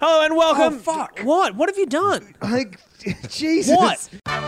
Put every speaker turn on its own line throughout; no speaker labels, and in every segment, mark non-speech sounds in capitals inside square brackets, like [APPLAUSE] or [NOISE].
Hello and welcome.
Oh, fuck.
What? What have you done?
Like, [LAUGHS] Jesus.
What?
And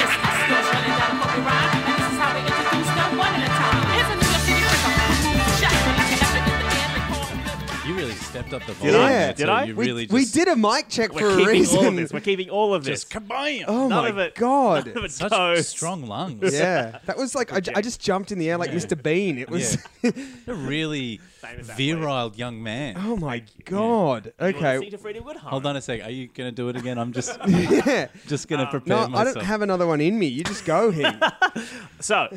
this is still running down a fucking rhyme. And this is how we introduce them one at a time. Here's a New York City rhythm. Shut up like an effort in the end. They call it good rhythm.
You really stepped up the
Did
volume.
I?
there,
Did
too.
I?
You
We,
really
we
just,
did a mic check for
We're
a
keeping
reason.
all of this. We're
[LAUGHS]
keeping all of this.
Just kabam.
oh
None
my
of it.
god.
None of it
Such
goes. [LAUGHS]
strong lungs.
yeah, that was like I, j- I just jumped in the air like Mr. Bean. It was.
A really
as that
virile young man.
[LAUGHS] oh my god.
You wanna sing
Okay.
to Freddie Woodhart?
Hold on a sec. Are you going to do it again? I'm just
[LAUGHS] Yeah. Uh,
just going to prepare
No, I
myself.
don't have another one in me. You
[LAUGHS]
just go here.
So,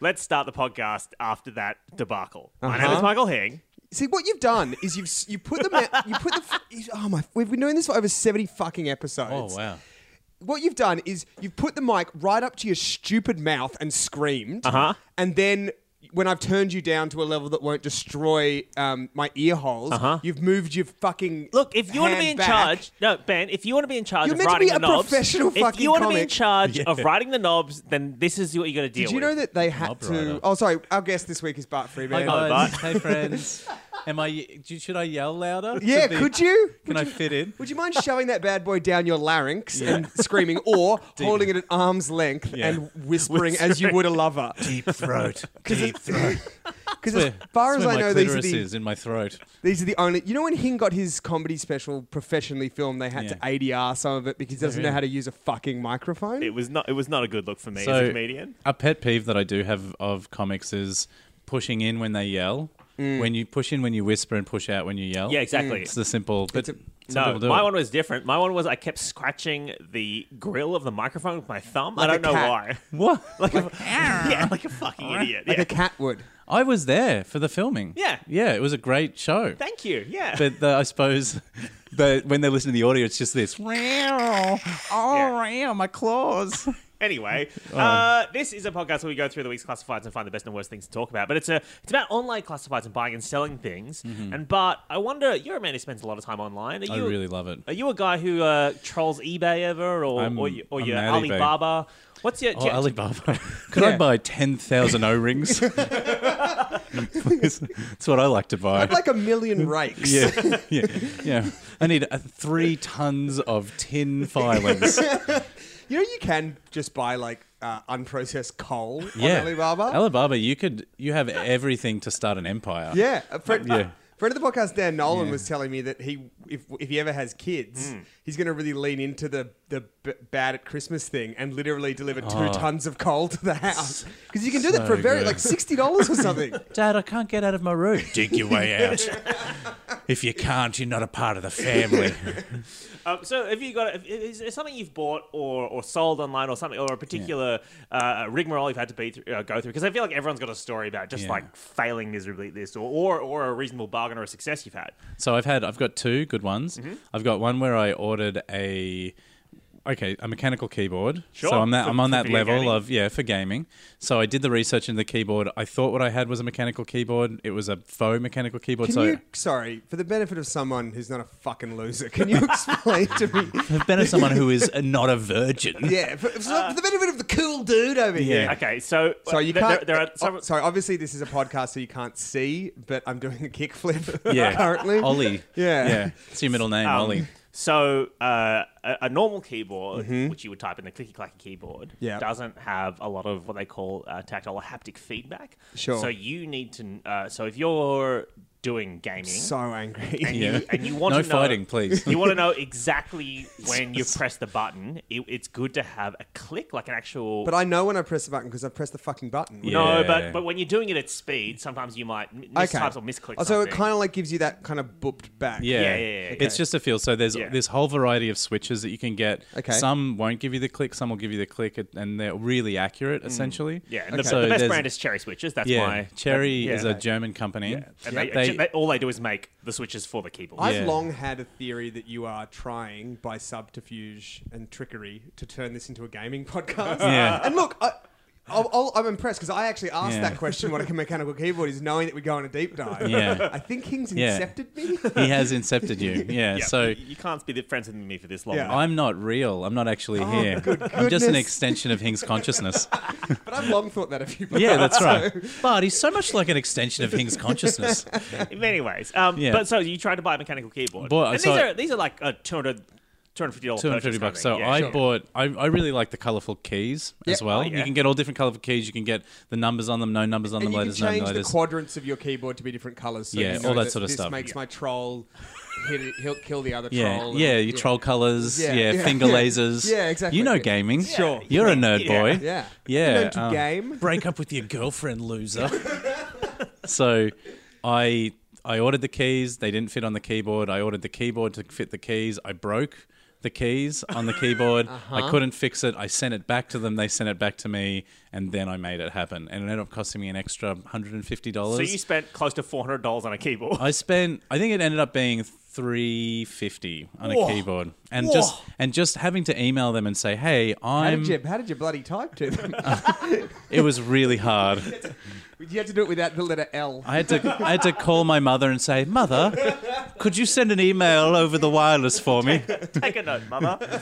let's start the podcast after that debacle. My name
Uh-huh.
is Michael Hing.
See what you've done is you've s- you put the ma- you put the f- you- oh my we've been doing this for over seventy fucking episodes.
Oh, wow.
What you've done is you've put the mic right up to your stupid mouth and screamed.
Uh-huh.
And then when I've turned you down to a level that won't destroy um, my ear holes,
Uh-huh.
you've moved your fucking
Look, if you want to be
hand
in
back.
charge, no, Ben, if you want to be in charge
You're
of
meant to
writing
be
the
a
knobs,
professional
if
fucking
you want to be in
comic.
charge [LAUGHS]
Yeah.
of writing the knobs, then this is what you got to deal
Did you
with.
know that they
Knob
had
rider.
to? Oh, sorry. Our guest this week is Bart
Hi
Freeman.
guys.
Bart.
Hey friends.
[LAUGHS]
Am I? do- Should I yell louder?
Yeah,
To be-
could you?
Can I fit in?
Would you mind shoving that bad boy down your larynx and screaming,
[LAUGHS]
or holding it at arm's length
Yeah.
and whispering, as you would a lover?
Deep
[LAUGHS]
throat. Deep throat.
Because as far as I know,
my
these are
clitoris
the
is in my throat.
these are the only. You know, when Hing got his comedy special professionally filmed, they had to ADR some of it because he doesn't know how to use a fucking microphone.
It was not. It was not a good look for me as
So-
a comedian.
A pet peeve that I do have of comics is pushing in when they yell. When you push in when you whisper and push out when you yell.
Mm. Yeah, exactly.
It's the simple. But some
No,
people do
my [LAUGHS]
it.
one was different. My one was I kept scratching the grill of the microphone with my thumb.
Like
I
a
don't know
cat.
why.
What?
Like a, yeah, like a fucking idiot.
like
yeah.
a cat would.
I was there for the filming.
Yeah.
Yeah, it was a great show.
Thank you. Yeah.
but the, I suppose [LAUGHS] the, when they listen to the audio, it's just this. Oh, yeah. my
[LAUGHS]
claws. [LAUGHS]
Anyway,
um,
uh, this is a podcast where we go through the week's classifieds and find the best and worst things to talk about. But it's a it's about online classifieds and buying and selling things. And Bart, I wonder, you're a man who spends a lot of time online. Are
Mm-hmm. I
you,
really love it.
Are you a guy who uh, trolls eBay ever, or
I'm-
or, you, or
I'm
your
mad eBay.
Alibaba? What's your do
Oh,
you-
Alibaba. [LAUGHS] Could I
Yeah.
buy 10,000 O
[LAUGHS]
[LAUGHS] rings? That's what I like to
[LAUGHS]
buy.
I'd like a
[LAUGHS]
million rakes.
yeah, yeah, yeah. I need uh, three tons of tin
[LAUGHS]
filings.
You know, you can just buy like uh, unprocessed coal
Yeah,
on Alibaba.
Alibaba, you could you have everything to start an empire.
Yeah, a friend,
Yeah.
[LAUGHS] friend of the podcast, Dan Nolan, was telling me that he, if if he ever has kids,
Hmm.
he's going to really lean into the the b- bad at Christmas thing and literally deliver two tons of coal to the
[LAUGHS]
house because you can do that for a
Oh. so
very
good.
like sixty dollars or
[LAUGHS]
something.
Dad, I can't get out of my room. Dig your way out. if you can't, you're not a part of
[LAUGHS]
the family.
Um, so have you got? Is there something you've bought or, or sold online or something, or a particular uh, rigmarole you've had to be through, uh, go through? Because I feel like everyone's got a story about just
Yeah.
like failing miserably at this, or, or or a reasonable bargain or a success you've had.
So I've had I've got two good ones.
Mm-hmm.
I've got one where I ordered a okay a mechanical keyboard.
Sure.
So I'm that
For-
I'm on
for
that
video
level
gaming.
of yeah for gaming. So I did the research into the keyboard. I thought what I had was a mechanical keyboard. It was a faux mechanical keyboard.
Can
so
you, sorry, for the benefit of someone who's not a fucking loser, can you [LAUGHS] explain to me?
I've been as someone who is not a virgin.
Yeah, for, for the benefit of the cool dude over here.
Okay, so uh,
So you
there,
can't.
There, there are
oh,
some,
sorry, obviously this is a podcast, so you can't see. But I'm doing a kickflip. [LAUGHS]
Yeah.
currently.
Ollie.
Yeah.
Yeah. It's your middle name,
Um,
Ollie.
So uh, a, a normal keyboard, which you would type in the clicky clacky keyboard,
Mm-hmm. Yeah.
doesn't have a lot of what they call uh, tactile or haptic feedback.
Sure.
So you need to. Uh, so if you're doing gaming,
So angry.
and,
Yeah.
you, and you want
No
to know,
fighting, please.
You want to
[LAUGHS]
know exactly when you press the button. It, it's good to have a click, like an actual.
[LAUGHS] But I know when I press the button because I press the fucking button.
no,
Yeah.
but but when you're doing it at speed, sometimes you might m-
Okay.
mistype or misclick.
Oh, so it kind of like gives you that kind of booped back.
Yeah.
Yeah, yeah, yeah,
It's just a feel. So there's
Yeah.
this whole variety of switches that you can get.
Okay.
Some won't give you the click, some will give you the click, and they're really accurate, essentially.
Mm. yeah. And the,
Okay.
the best
there's-
brand is Cherry Switches. That's
Yeah,
my uh,
Cherry
yeah.
is a German company.
And they,
They-
they- all they do is make the switches for the keyboard.
I've
Yeah.
long had a theory that you are trying by subterfuge and trickery to turn this into a gaming [LAUGHS] podcast.
Yeah.
And look, I, I'll, I'll, I'm impressed because I actually asked
Yeah.
that question what a mechanical keyboard is, knowing that we go on a deep dive.
Yeah.
I think King's
Yeah.
incepted me.
He has
[LAUGHS]
incepted you. Yeah.
Yeah,
So
you- you can't be friends with me for this long.
Yeah.
I'm not real. I'm not actually
Oh,
here. I'm just an
goodness.
extension of Hing's
[LAUGHS]
consciousness.
but I've long thought that a few
Yeah, that's right. But he's so much like an extension of Hing's consciousness.
[LAUGHS] In many ways. Um,
Yeah.
But so you tried to buy a mechanical keyboard.
But-
and
so-
these are these are like uh, 200 250 dollars.
Two hundred fifty bucks. So I bought. I, I really like the colorful keys as
Yeah.
well.
Oh, yeah.
You can get all different colorful keys. You can get the numbers on them, no numbers on
And
them,
you can
letters, no
change the
letters.
quadrants of your keyboard to be different colours. So
Yeah,
you know
all that
that
sort of
this
stuff.
makes
Yeah.
my troll hit it, he'll kill the other
yeah,
troll.
yeah.
and-
You troll colors. Yeah,
Yeah, yeah,
finger
[LAUGHS] yeah.
lasers.
Yeah, exactly.
You know gaming.
Sure.
You're a nerd
Yeah.
boy.
[LAUGHS] Yeah.
Yeah,
You know, to
um,
game.
[LAUGHS] Break up with your girlfriend, loser. [LAUGHS] so, I I ordered the keys. They didn't fit on the keyboard. I ordered the keyboard to fit the keys. I broke the keys on the
[LAUGHS]
keyboard.
Uh-huh.
I couldn't fix it. I sent it back to them. They sent it back to me, and then I made it happen. And it ended up costing me an extra hundred and fifty
So
dollars.
you spent close to four hundred dollars on a
[LAUGHS]
keyboard.
I spent. I think it ended up being three fifty on
Whoa.
a keyboard, and
Whoa.
just and just having to email them and say, "Hey,
How
I'm."
did, you, how did you bloody type to them?
[LAUGHS]
[LAUGHS]
It was really hard.
you had to do it without the letter L.
I had to I had to call my mother and say, "Mother, could you send an email over the wireless for me?
Take a note, mother.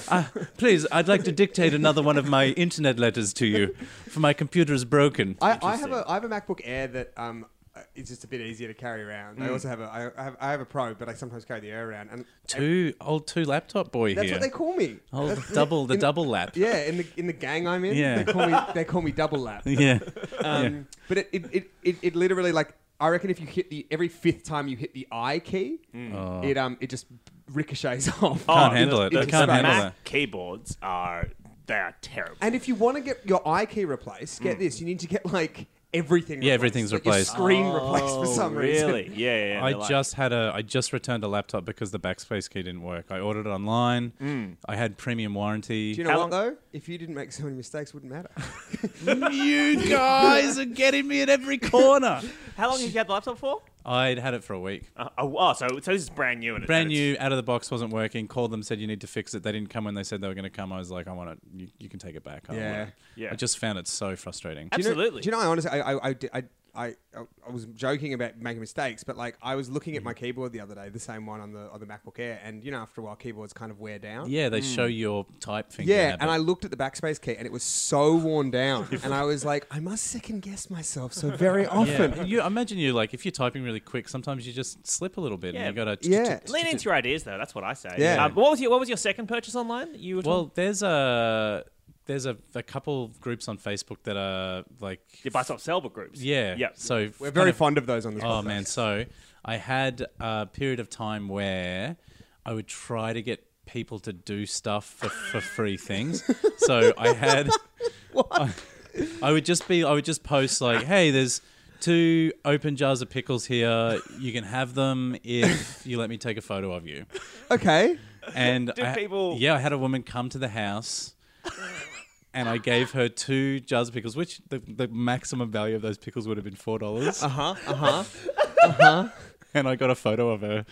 Please, I'd like to dictate another one of my internet letters to you, for my computer is broken."
I, I have a I have a MacBook Air that um uh, is just a bit easier to carry around.
Hmm.
I also have a I I have, I have a Pro, but I sometimes carry the Air around, and
two old two laptop boy
that's
here.
what they call me.
oh,
[LAUGHS]
the double the double lap.
Yeah, in the in the gang I'm in,
Yeah.
they call me they call me double lap.
[LAUGHS] Yeah.
Um, But it, it, it, it, it literally like I reckon if you hit the every fifth time you hit the I key, it um it just ricochets [LAUGHS] off.
Hmm. Oh. Can't
Oh,
handle it.
the-
I
the
can't handle
Mac
that.
keyboards are they are terrible. [LAUGHS]
And if you want to get your eye key replaced, get this. You need to get like everything.
Hmm. Yeah,
replaced.
everything's
Like,
replaced. Oh,
Your screen replaced for some reason.
Oh, really? Yeah, yeah. yeah,
I
they're like-
just had a I just returned a laptop because the backspace key didn't work. I ordered it online. I had premium warranty.
Mm. Do you know
How
what
long-
though? If you didn't make so many mistakes, wouldn't matter.
you guys are getting me at every corner.
How long have you had the laptop for?
I'd had it for a week.
Uh, oh, oh, so so this is brand new. And it-
Brand
and it's-
new, out of the box, wasn't working. Called them, said you need to fix it. They didn't come when they said they were going to come. I was like, I want it. You, you can take it back. I want
Yeah.
it.
Yeah.
I just found it so frustrating.
Abs-
Do you know-
Absolutely.
Do you know? I honestly, I, I, I, di- I, I, I was joking about making mistakes, but like I was looking at
Mm-hmm.
my keyboard the other day, the same one on the on the MacBook Air, and you know, after a while, keyboards kind of wear down.
yeah, they show your type finger.
Mm. Yeah,
habit.
and I looked at the backspace key, and it was so worn
[LAUGHS]
down, and I was like, I must second guess myself so very often.
Yeah. You, I imagine you like if you're typing really quick, sometimes you just slip a little bit,
Yeah.
and you got to
Yeah.
Lean into your ideas, though. That's what I say.
Yeah.
Um, what was your What was your second purchase online? that You were
Well, there's a there's a, a couple groups on Facebook that are like
your buy stop sell book groups.
yeah.
Yep. [LAUGHS]
So
We're very fond of those on this.
Oh
podcast.
man, so I had a period of time where I would try to get people to do stuff for, for free things. So
[LAUGHS]
I had I, I would just be I would just post like, hey, there's two open jars of pickles here. You can have them if you let me take a photo of you.
Okay,
[LAUGHS]
And
Did
I-
people-
Yeah, I had a woman come to
[LAUGHS]
the house. And I gave her two jars of pickles, which the, the maximum value of those pickles would have been four dollars.
uh huh, uh
[LAUGHS]
huh.
And I got a photo of her.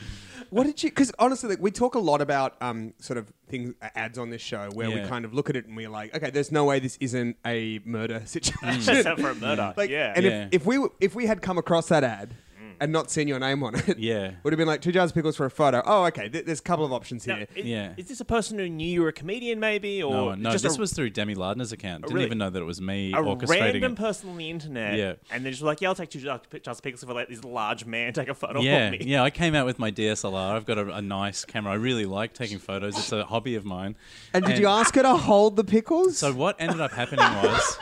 What did you? Because honestly, like, we talk a lot about um, sort of things ads on this show where
Yeah.
we kind of look at it and we're like, okay, there's no way this isn't a murder [LAUGHS] situation.
Mm. Except
[LAUGHS]
for a murder.
like,
yeah. Mm.
And
Yeah.
if, if we were- if we had come across that ad. And not seen your name on it.
Yeah.
[LAUGHS] Would have been like two jars of pickles for a photo. Oh, okay. Th- there's a couple of options
Now,
here.
i-
Yeah.
Is this a person who knew you were a comedian, maybe, or
No, no,
just
this
a,
was through Demi Lardner's account. Didn't
really-
even know that it was me
a
orchestrating
random
it.
person on the internet?
Yeah.
And they're just like, "Yeah, I'll take two Charles Pickles if I let this large man take a photo
yeah,
of me."
[LAUGHS] yeah. I came out with my DSLR. I've got a, a nice camera. I really like taking photos. It's a hobby of mine.
And did you ask her to hold the pickles?
So what ended up happening was,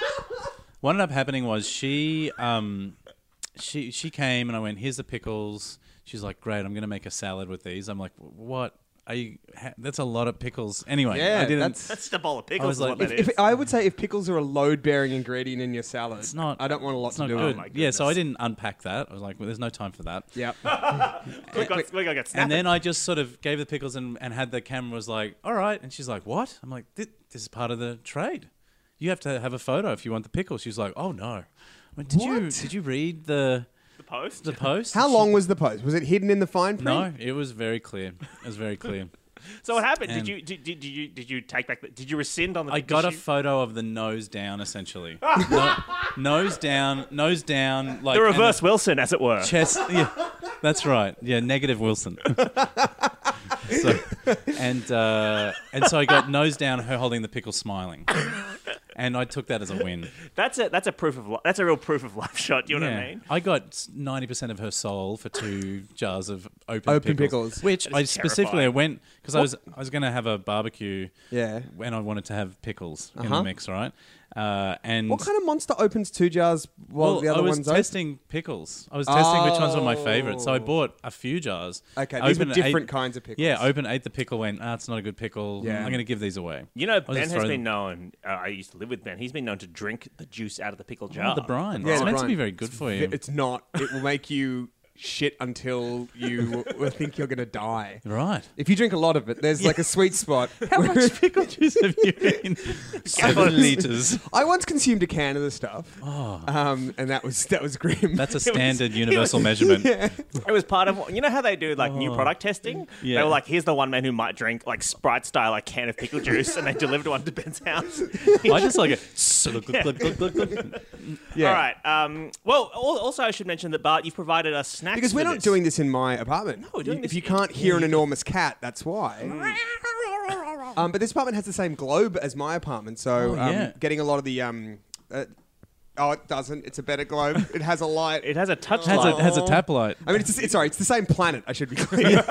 what ended up happening was she, um, she, she came and I went, "Here's the pickles." She's like, "Great, I'm going to make a salad with these." I'm like, "What? Are you? Ha- that's a lot of pickles." Anyway,
yeah,
I didn't.
[LAUGHS]
that's.
That's just a bowl of
I
pickles.
was
Is
like,
what
if-
that is.
If, I would say if pickles are a load-bearing ingredient in your salad,
it's not.
I don't want a lot
it's
to
not
do oh
good.
Oh
with it.
yeah, so
goodness.
I didn't unpack that. I was like, "Well, there's no time for that."
Yep.
we got, we got, got
And
snapping.
then I just sort of gave the pickles and, and had the camera was like, all right. And she's like, what? I'm like, this, this is part of the trade. You have to have a photo if you want the pickles. She's like, oh no. I went, did you
What?
did you read the
the post.
the post?
How
And she-
long was the post? Was it hidden in the fine print?
[LAUGHS]
No, it was very clear. It was very clear.
So what happened?
And-
did you did, did you did you take back? The, did you rescind on the?
I got a
issue?
photo of the nose
[LAUGHS]
down, essentially. no, nose down, nose down, like
the
and
reverse Wilson, as it were.
chest. [LAUGHS] Yeah, that's right. Yeah, negative Wilson. [LAUGHS] so, and uh, and so I got nose down, her holding the pickle, smiling, and I took that as a win.
That's a that's a proof of li- that's a real proof of life shot. Do you know
yeah.
what I mean?
I got ninety percent of her soul
[LAUGHS]
for two jars of open
Open
pickles,
pickles.
which
That is
I specifically I
terrifying.
went because I was I was going to have a barbecue.
Yeah.
when I wanted to have pickles in
Uh-huh.
the mix, right? Uh, and
What kind of monster opens two jars while
well,
the other
I was
one's open?
testing pickles. I was testing which ones were my favorite, so I
Oh.
bought a few jars.
Okay,
I
these were
opened and
different
ate-
kinds of pickles.
Yeah, open ate the pickle, went ah, it's not a good pickle.
Yeah.
I'm going to give these away.
You know,
I'll just
Ben has
throw
been
them-
known. Uh, I used to live with Ben. He's been known to drink the juice out of the pickle jar.
Oh, the brine.
Yeah,
it's
the
meant to
brine.
be very good for you.
It's not. It will make you shit until you [LAUGHS] think you're going to die. [LAUGHS]
right. [LAUGHS]
If you drink a lot of it, there's like a sweet spot.
How much pickle juice have you
[LAUGHS]
eaten? Seven liters.
I once consumed a can of the stuff, um, and that was that was grim. [LAUGHS]
That's a standard universal measurement.
It was part of you know how they do like new product testing. They
Oh. Yeah.
were like, "Here's the one man who might drink like Sprite style a can of pickle juice," and they delivered one to Ben's
[LAUGHS]
house.
I just like it.
yeah.
All right. Um, well, al- also I should mention that Bart, you've provided us snacks
Because we're
for
not
this.
doing this in my apartment. No,
we're doing
if
this
you
in-
can't hear an enormous cat, that's why. Um, but this apartment has the same globe as my apartment, so
Oh,
um,
yeah.
getting a lot of the. Um, uh, oh, it doesn't. It's a better globe. It has a light.
It has a touch
Has
light.
a, has a tap light.
I mean, it's, it's sorry. It's the same planet. I should be clear.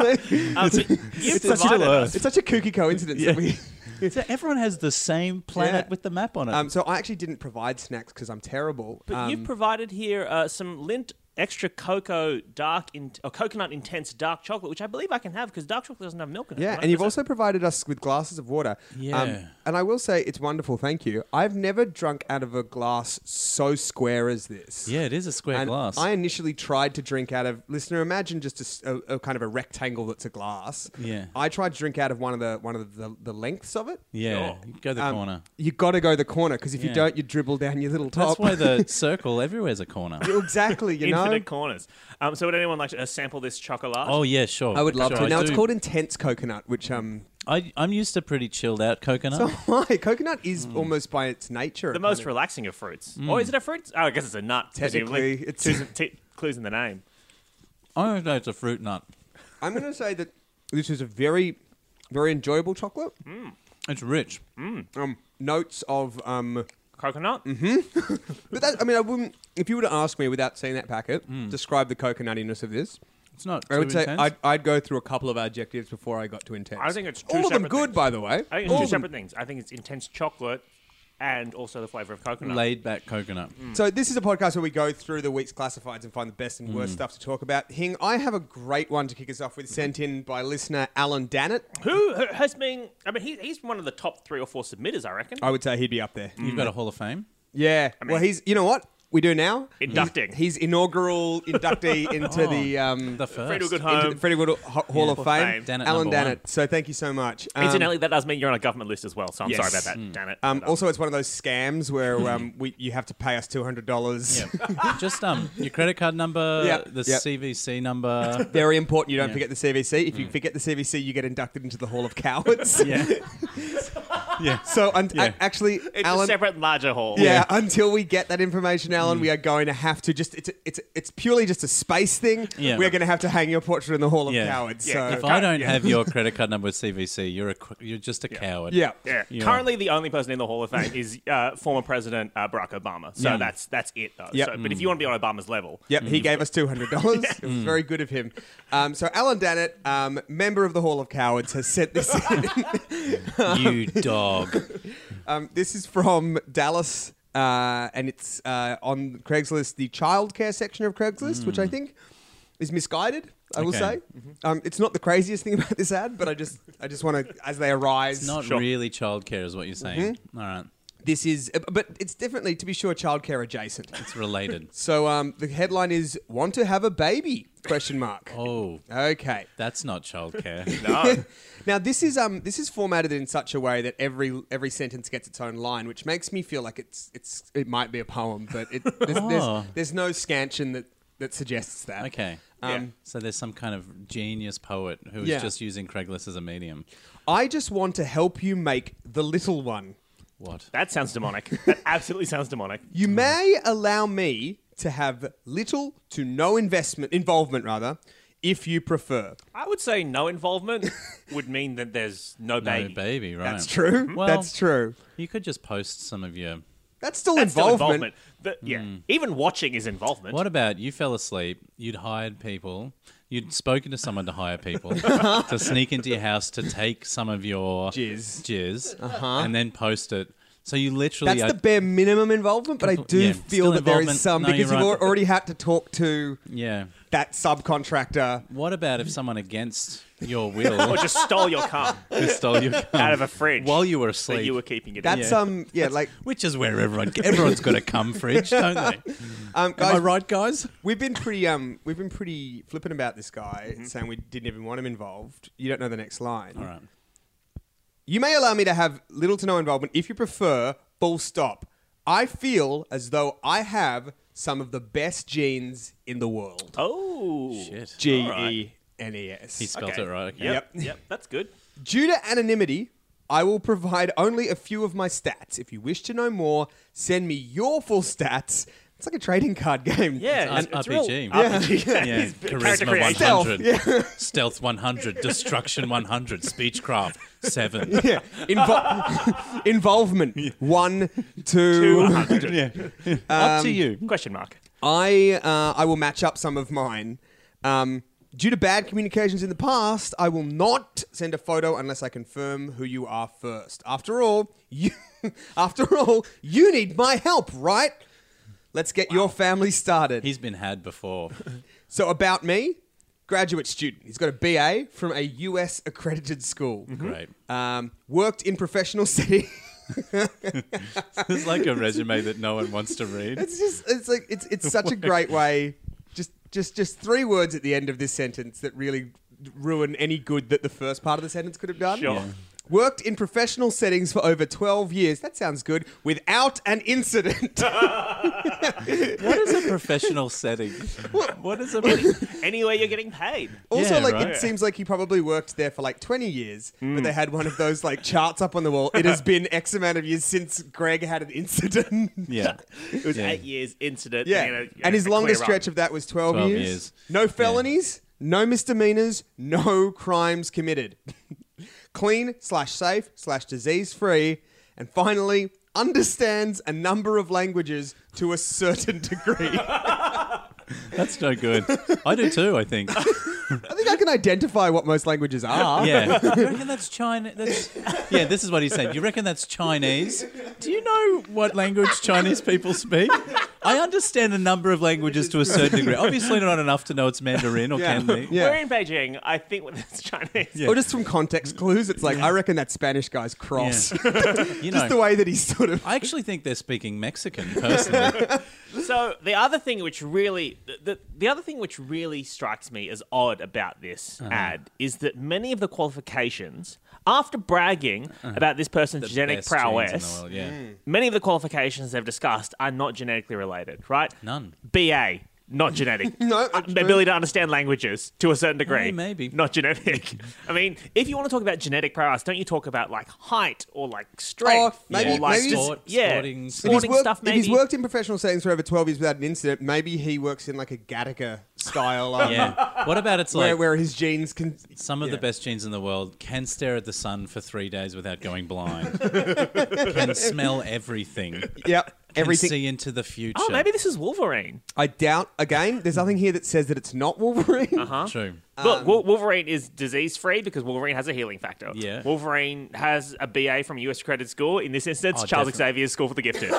Um, you've
such a
provided
little
us-
[LAUGHS]
earth.
it's such a kooky coincidence. That we,
[LAUGHS] So everyone has the same planet
Yeah.
with the map on it.
[LAUGHS] um, so I actually didn't provide snacks because I'm terrible.
But
um,
you've provided here uh, some lint extra cocoa dark in- or coconut intense dark chocolate, which I believe I can have because dark chocolate doesn't have milk in it.
yeah,
right?
and you've
Is
also provided us with glasses of water. Um,
Yeah.
and I will say it's wonderful. Thank you. I've never drunk out of a glass so square as this.
yeah, it is a square
And
glass.
I initially tried to drink out of listener. Imagine just a s- a, a kind of a rectangle that's a glass.
Yeah.
I tried to drink out of one of the one of the, the lengths of it.
yeah, go the
Um,
corner.
You got to go the corner because if you
Yeah.
don't, you dribble down your little
That's
top.
why the circle everywhere's a corner.
[LAUGHS] exactly. You know.
Infinite corners. Um, so would anyone like to uh, sample this chocolate?
Oh yeah, sure.
I would love
Sure,
to.
I
Now it's
do-
called intense coconut, which um,
I, I'm used to pretty chilled out coconut.
so [LAUGHS] why coconut is
Hmm.
almost by its nature
the
a
most
kind of-
relaxing of fruits.
Mm.
Or is it a fruit? Oh, I guess it's a nut.
Technically,
presumably.
it's-
Clues- t- clues in the name.
I don't know it's a fruit nut.
I'm going to say that this is a very, very enjoyable chocolate.
It's rich.
Um, notes of um,
Coconut.
but that I mean I wouldn't. If you were to ask me without seeing that packet,
Hmm.
describe the coconutiness of this.
It's not. Too
I would say
intense.
I'd, I'd go through a couple of adjectives before I got to intense.
I think it's two
all of them
separate
good,
things.
by the way.
I think
All
it's two
of them.
separate things. I think it's intense chocolate and also the flavor of coconut.
laid back coconut.
So this is a podcast where we go through the week's classifieds and find the best and
Hmm.
worst stuff to talk about. Hing, I have a great one to kick us off with, sent in by listener Alan Dannett.
Who h- has been? I mean, he, he's one of the top three or four submitters, I reckon.
I would say he'd be up there.
You've got a Hall of Fame.
Yeah.
Hmm. mean-
well, he's. You know what we do now?
Inducting.
He's, he's
[LAUGHS]
inaugural inductee into
Oh,
the um.
The first.
Fredo
into
Goodhome.
the Freddie Woodall Ho- Hall
Yeah.
of Fame,
Fame.
Dannett
Alan
number one.
Dannett. So thank you so much. Um,
Incidentally, that does mean you're on a government list as well. So I'm
Yes.
sorry about that. Damn it.
um,
But,
also, it's one of those scams where
[LAUGHS]
um, we, you have to pay us two hundred dollars.
Yeah. Just um, your credit card number,
Yep,
the
yep.
CVC number.
[LAUGHS] Very important. You don't
Yeah. Mm.
forget the CVC. If you forget the CVC, you get inducted into the Hall of Cowards.
yeah. [LAUGHS] yeah.
[LAUGHS] So un-
Yeah.
a- actually,
it's a
Alan.
separate, larger hall.
yeah, until we get that information, Alan,
Mm.
we are going to have to just. It's it's it's purely just a space thing.
Yeah.
We're going to have to hang your portrait in the Hall of
Yeah.
Cowards.
Yeah,
So
If I don't
Yeah.
have your credit card number with CVC, you're a qu- you're just a
[LAUGHS]
coward.
yeah.
Yeah.
Yeah.
Currently, the only person in the Hall of Fame is uh, former President uh, Barack Obama. So
Yeah.
that's that's it, though.
Yep.
So, but if you want to be on Obama's level,
Yep,
Mm.
he gave us two hundred
[LAUGHS]
dollars. It was very good of him. Um, so Alan Dannett, um, member of the Hall of Cowards, has
[LAUGHS]
sent this in. [LAUGHS]
You dog.
Um, this is from Dallas, uh, and it's uh, on Craigslist, the childcare section of Craigslist, which I think is misguided. I will
Mm. Okay. Mm-hmm.
say um, it's not the craziest thing [LAUGHS] about this ad, but I just I just want to as they arise.
Not
Sure.
really childcare is what you're saying.
Mm-hmm.
All right.
this is, uh, but it's definitely to be sure childcare adjacent.
It's related.
So um, the headline is "Want to have a baby?" Question mark.
Oh,
Okay.
that's
[LAUGHS]
not childcare.
no.
Now this is um this is formatted in such a way that every every sentence gets its own line, which makes me feel like it's it's it might be a poem, but it, there's,
Oh.
there's, there's no scansion that that suggests that.
Okay.
Um,
Yeah.
So there's some kind of genius poet who is
Yeah.
just using Craigslist as a medium.
I just want to help you make the little one.
What?
That sounds demonic. that [LAUGHS] absolutely sounds demonic.
You may allow me to have little to no investment involvement rather, if you prefer.
I would say no involvement would mean that there's no
No
baby.
baby, right?
That's true.
Well,
That's true.
You could just post some of your.
That's still
That's still
involvement.
involvement. The- yeah, even watching is involvement.
Hmm. What about you fell asleep? You'd hired people. You'd spoken to someone to hire
[LAUGHS]
people to sneak into your house to take some of your
Jizz. Uh-huh.
jizz, and then post it. So you literally
That's
are-
the bare minimum involvement, but I
Compl-
do
yeah,
feel
still
that there is
involvement.
some
No,
because
you're
you've
right.
al- already had to talk to
yeah.
that subcontractor.
What about if someone against your will
[LAUGHS]
Or just stole your
[LAUGHS]
car
who stole your
out
cum
of a fridge
while you were
so
asleep?
you were keeping it.
That's
in.
um yeah, like
Which is where everyone everyone's got a cum fridge, don't they?
um
Am I
[LAUGHS] guys,
right, guys?
we've been pretty um we've been pretty flippant about this guy saying we didn't even want him involved. You don't know the next line.
Mm-hmm. All right.
You may allow me to have little to no involvement if you prefer, full stop. I feel as though I have some of the best genes in the world.
oh
Shit.
G
alright.
E N E S.
He spelt
Okay.
it right. Okay.
Yep,
Yep.
yep, that's good.
Due to anonymity, I will provide only a few of my stats. If you wish to know more, send me your full stats. It's like a trading card [LAUGHS] game.
Yeah,
It's
it's,
an
it's real
RPG. Yeah.
RPG. [LAUGHS] Yeah,
Yeah,
it's character
charisma
creation.
100, stealth 100, destruction 100, speechcraft 7.
[LAUGHS] Yeah. Invol- [LAUGHS] involvement. One, two.
yeah.
[LAUGHS] Um,
Up to you.
Question mark.
I uh, I will match up some of mine. Um, due to bad communications in the past, I will not send a photo unless I confirm who you are first. After all, you [LAUGHS] after all, you need my help, right? Let's get your family started.
He's been had before.
so about me, graduate student. He's got a BA from a US accredited school.
Great.
Um, worked in professional [LAUGHS] setting.
It's like [LAUGHS] a resume that no one wants to read.
It's just it's like it's it's such a great way. Just just just three words at the end of this sentence that really ruin any good that the first part of the sentence could have done.
Sure. Yeah.
Worked in professional settings for over 12 years. That sounds good. Without an incident.
What is a professional setting? What is a.
[LAUGHS] Anyway, you're getting paid.
also, like,
right.
it seems like he probably worked there for like 20 years, but they had one of those like charts up on the wall. It has been X amount of years since Greg had an incident.
[LAUGHS] Yeah.
It was
Yeah.
eight years incident.
Yeah.
you know, you
and
know,
his
a
longest
clear
stretch
run.
of that was 12,
12
years.
years.
No felonies, no misdemeanors, no crimes committed. [LAUGHS] Clean slash safe slash disease free. And finally, understands a number of languages to a certain [LAUGHS] degree. I
That's no good. I do too, I think.
think I can identify what most languages are.
Yeah. [LAUGHS] You reckon that's Chinese? That's... Yeah, this is what he said. You reckon that's Chinese? Do you know what language Chinese people speak? I understand a number of languages to a certain degree. Obviously, not enough to know it's Mandarin
[LAUGHS]
or
Yeah.
Cantonese.
Yeah.
We're in Beijing. I think that's [LAUGHS] Chinese.
Or just from context clues, it's like, I reckon that Spanish guy's cross.
Yeah. You
[LAUGHS]
know,
Just the way that he's sort of.
I actually think they're speaking Mexican personally.
So the other thing which really the, the, the other thing which really strikes me as odd about this ad is that many of the qualifications after bragging about this person's genetic
Best genes in the
prowess,
world, yeah.
Hmm.
many of the qualifications they've discussed are not genetically related, right?
None.
BA not genetic.
[LAUGHS] No,
Uh,
that's true.
ability to understand languages to a certain degree.
Oh, maybe.
not
[LAUGHS]
genetic. I mean, if you want to talk about genetic prowess, don't you talk about like height or like strength
maybe-
or like
maybe-
just-
Sport-
yeah,
sporting
If
stuff.
he's,
sporting
worked,
stuff?
if
Maybe
he's worked in professional settings for over 12 years without an incident, maybe he works in like a Gattaca
[LAUGHS]
style. um,
Yeah. What about it's
where,
like
where his genes can.
some of the
yeah.
best genes in the world can stare at the sun for three days without going
[LAUGHS]
blind, can smell everything,
Yep.
everything.
Everything.
[LAUGHS] can see into the future.
Oh, maybe this is Wolverine.
I doubt again. There's nothing here that says that it's not Wolverine.
Huh?
True.
Um,
Look, Wol- Wolverine is disease free because Wolverine has a healing factor.
Yeah.
Wolverine has a BA from US Credit School. In this instance,
Oh,
Charles
definitely.
Xavier's School for the
[LAUGHS]
Gifted.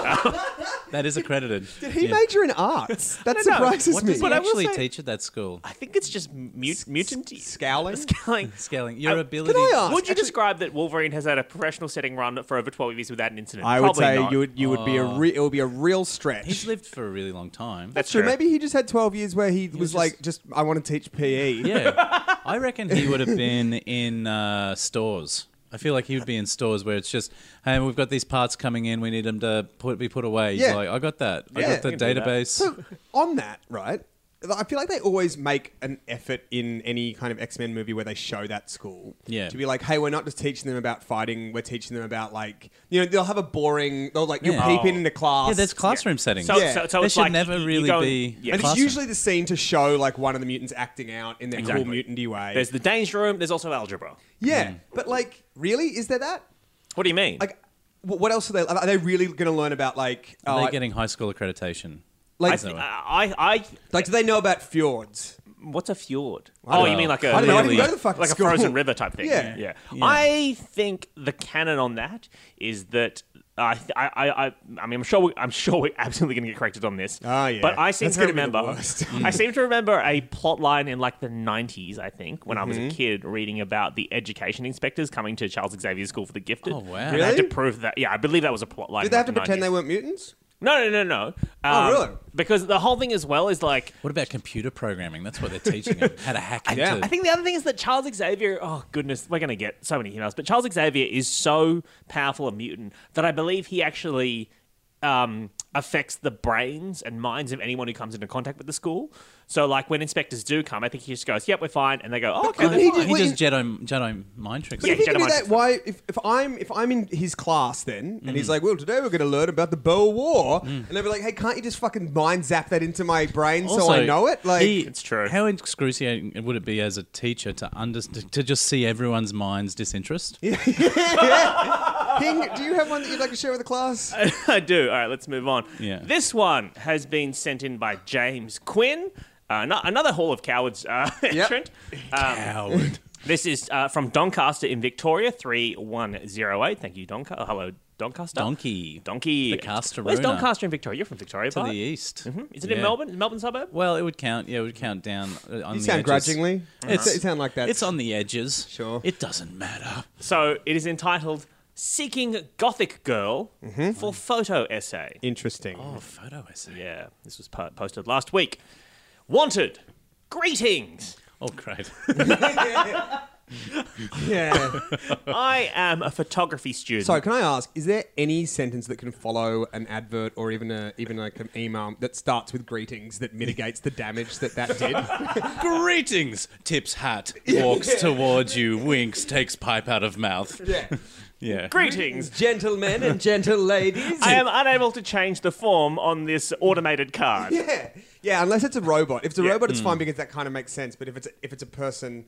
That is
[LAUGHS]
accredited.
[LAUGHS]
Did
He major in
[LAUGHS]
arts. That surprises
What
me.
does he
But I will
actually
say-
teach at that school?
I think it's just mut- mutant [LAUGHS]
[LAUGHS]
Scowling.
scaling.
Scaling. Your
I-
ability.
Can I
to-
ask-
Would you
Actually-
describe that Wolverine has had a professional setting run for over twelve years without an incident?
I would
Probably
say
not.
you would you would be a re- it would be a real stretch.
Oh. He's lived for a really long time.
That's
so
true.
maybe he just had 12 years where he, was,
was
like, just I want to teach E." PE.
yeah. I reckon he would have been in uh, stores. I feel like he would be in stores where it's just, hey, we've got these parts coming in. We need them to put, be put away. He's
Yeah.
like, I got that. I
Yeah.
got the
[LAUGHS]
You can do that.
database.
On that, right? I feel like they always make an effort in any kind of X Men movie where they show that school.
Yeah.
To be like, hey, we're not just teaching them about fighting, we're teaching them about, like, you know, they'll have a boring, they'll, like, you'll
Yeah.
peep in in a class.
Yeah, there's classroom settings.
So,
Yeah.
so, so
There
it's
should
like
never
you- you
really
go
be-
Yeah.
and it's
classroom.
usually the scene to show, like, one of the mutants acting out in their
Exactly.
cool mutanty way.
There's the danger room. There's also algebra.
yeah. But, like, really? Is there that?
What do you mean?
Like, wh- what else are they? Are they really going to learn about, like,
Are
uh,
they getting high school accreditation?
I,
like,
th- I, I,
like, do they know about fjords?
what's a fjord?
I
Oh,
don't
you
know.
mean like a
I don't know. I didn't
really-
go to the fucking
like a
school.
frozen river type thing?
Yeah.
yeah.
Yeah.
I think the canon on that is that. I, th- I, I, I, I mean, I'm sure, we, I'm sure we're absolutely going to get corrected on this.
Ah, yeah.
But I seem
That's
to
gonna be the
remember,
worst.
[LAUGHS] I seem to remember a plot line in like the 90s, I think, when I
Mm-hmm.
was a kid, reading about the education inspectors coming to Charles Xavier School for the Gifted.
Oh, wow.
And They had to
Really?
prove that. Yeah, I believe that was a plot line.
Do they
in,
have to
like, the
pretend
90s.
they weren't mutants?
No, no, no, no. Um,
really?
Because the whole thing as well is like.
What about computer programming? That's what they're teaching them. How to
[LAUGHS]
hack into.
I think the other thing is that Charles Xavier, oh goodness, we're going to get so many emails, but Charles Xavier is so powerful a mutant that I believe he actually um, affects the brains and minds of anyone who comes into contact with the school. So, like, when inspectors do come, I think he just goes, yep, we're fine. And they go, oh, okay,
couldn't
they're
he
fine.
he,
just-
does Jedi, Jedi mind tricks.
But
Yeah,
if he can do
Jedi
that,
mind
why? If, if I'm if I'm in his class then, and
Mm.
he's like, "Well, today we're going to learn about the Boer War," and they'll be like, "Hey, can't you just fucking mind zap that into my brain so I know it?" Like,
he-
[LAUGHS]
It's true.
How excruciating would it be as a teacher to under, to just see everyone's mind's disinterest?
Ping, do you have one that you'd like to share with the
[LAUGHS]
class?
[LAUGHS] I do. All right, let's move on.
Yeah.
This one has been sent in by James Quinn, uh, no- another Hall of Cowards uh, [LAUGHS] entrant. Um,
[LAUGHS]
Howard.
This is uh, from Doncaster in Victoria, 3108. Thank you, Doncaster. Hello, Doncaster.
Donkey.
Donkey.
The Castoruna.
Where's Doncaster in Victoria? You're from Victoria,
To
right?
the east.
Mm-hmm.
Is it in
Yeah.
Melbourne? Is it Melbourne suburb?
Well, it would count. Yeah, it would count down. uh, On
You
the
sound
edges.
grudgingly.
It's-
you sound like that.
Uh-huh. It's on the edges.
Sure.
It doesn't matter.
So it is entitled Seeking Gothic Girl for Photo Essay.
interesting.
Oh, photo essay.
Yeah, this was po- posted last week. Wanted.
[LAUGHS]
Greetings.
Oh, great. [LAUGHS]
Yeah.
I am a photography student.
so, can I ask? Is there any sentence that can follow an advert or even a even like an email that starts with greetings that mitigates the damage that that did?
[LAUGHS] Greetings.
[LAUGHS]
Tips hat. Walks towards you. Winks. Takes pipe out of mouth.
yeah.
Yeah.
Greetings.
[LAUGHS]
Gentlemen and gentle ladies.
I am unable to change the form on this automated card.
Yeah, yeah. Unless it's a robot. If it's a
Yeah. Mm.
robot, it's fine because that kind of makes sense. But if it's if it's
[LAUGHS]
a person,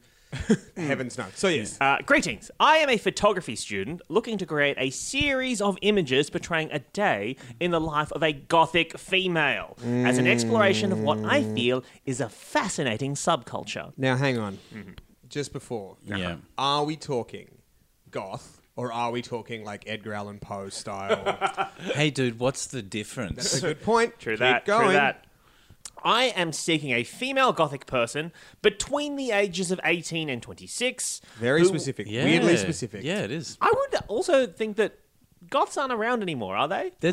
heavens no. So yes,
Uh, greetings. I am a photography student looking to create a series of images portraying a day in the life of a gothic female as an exploration of what I
Mm.
feel is a fascinating subculture.
now hang on.
Mm-hmm.
Just before,
Yeah.
are we talking goth or are we talking like Edgar Allan
[LAUGHS]
Poe style?
Hey, dude. What's the difference?
That's a good point.
True
Keep
that.
Going.
True that. I am seeking a female gothic person between the ages of 18 and 26.
Very
who-
specific.
[LAUGHS] Yeah.
Weirdly specific.
Yeah, it is.
I would also think that goths aren't around anymore, are they?
There'd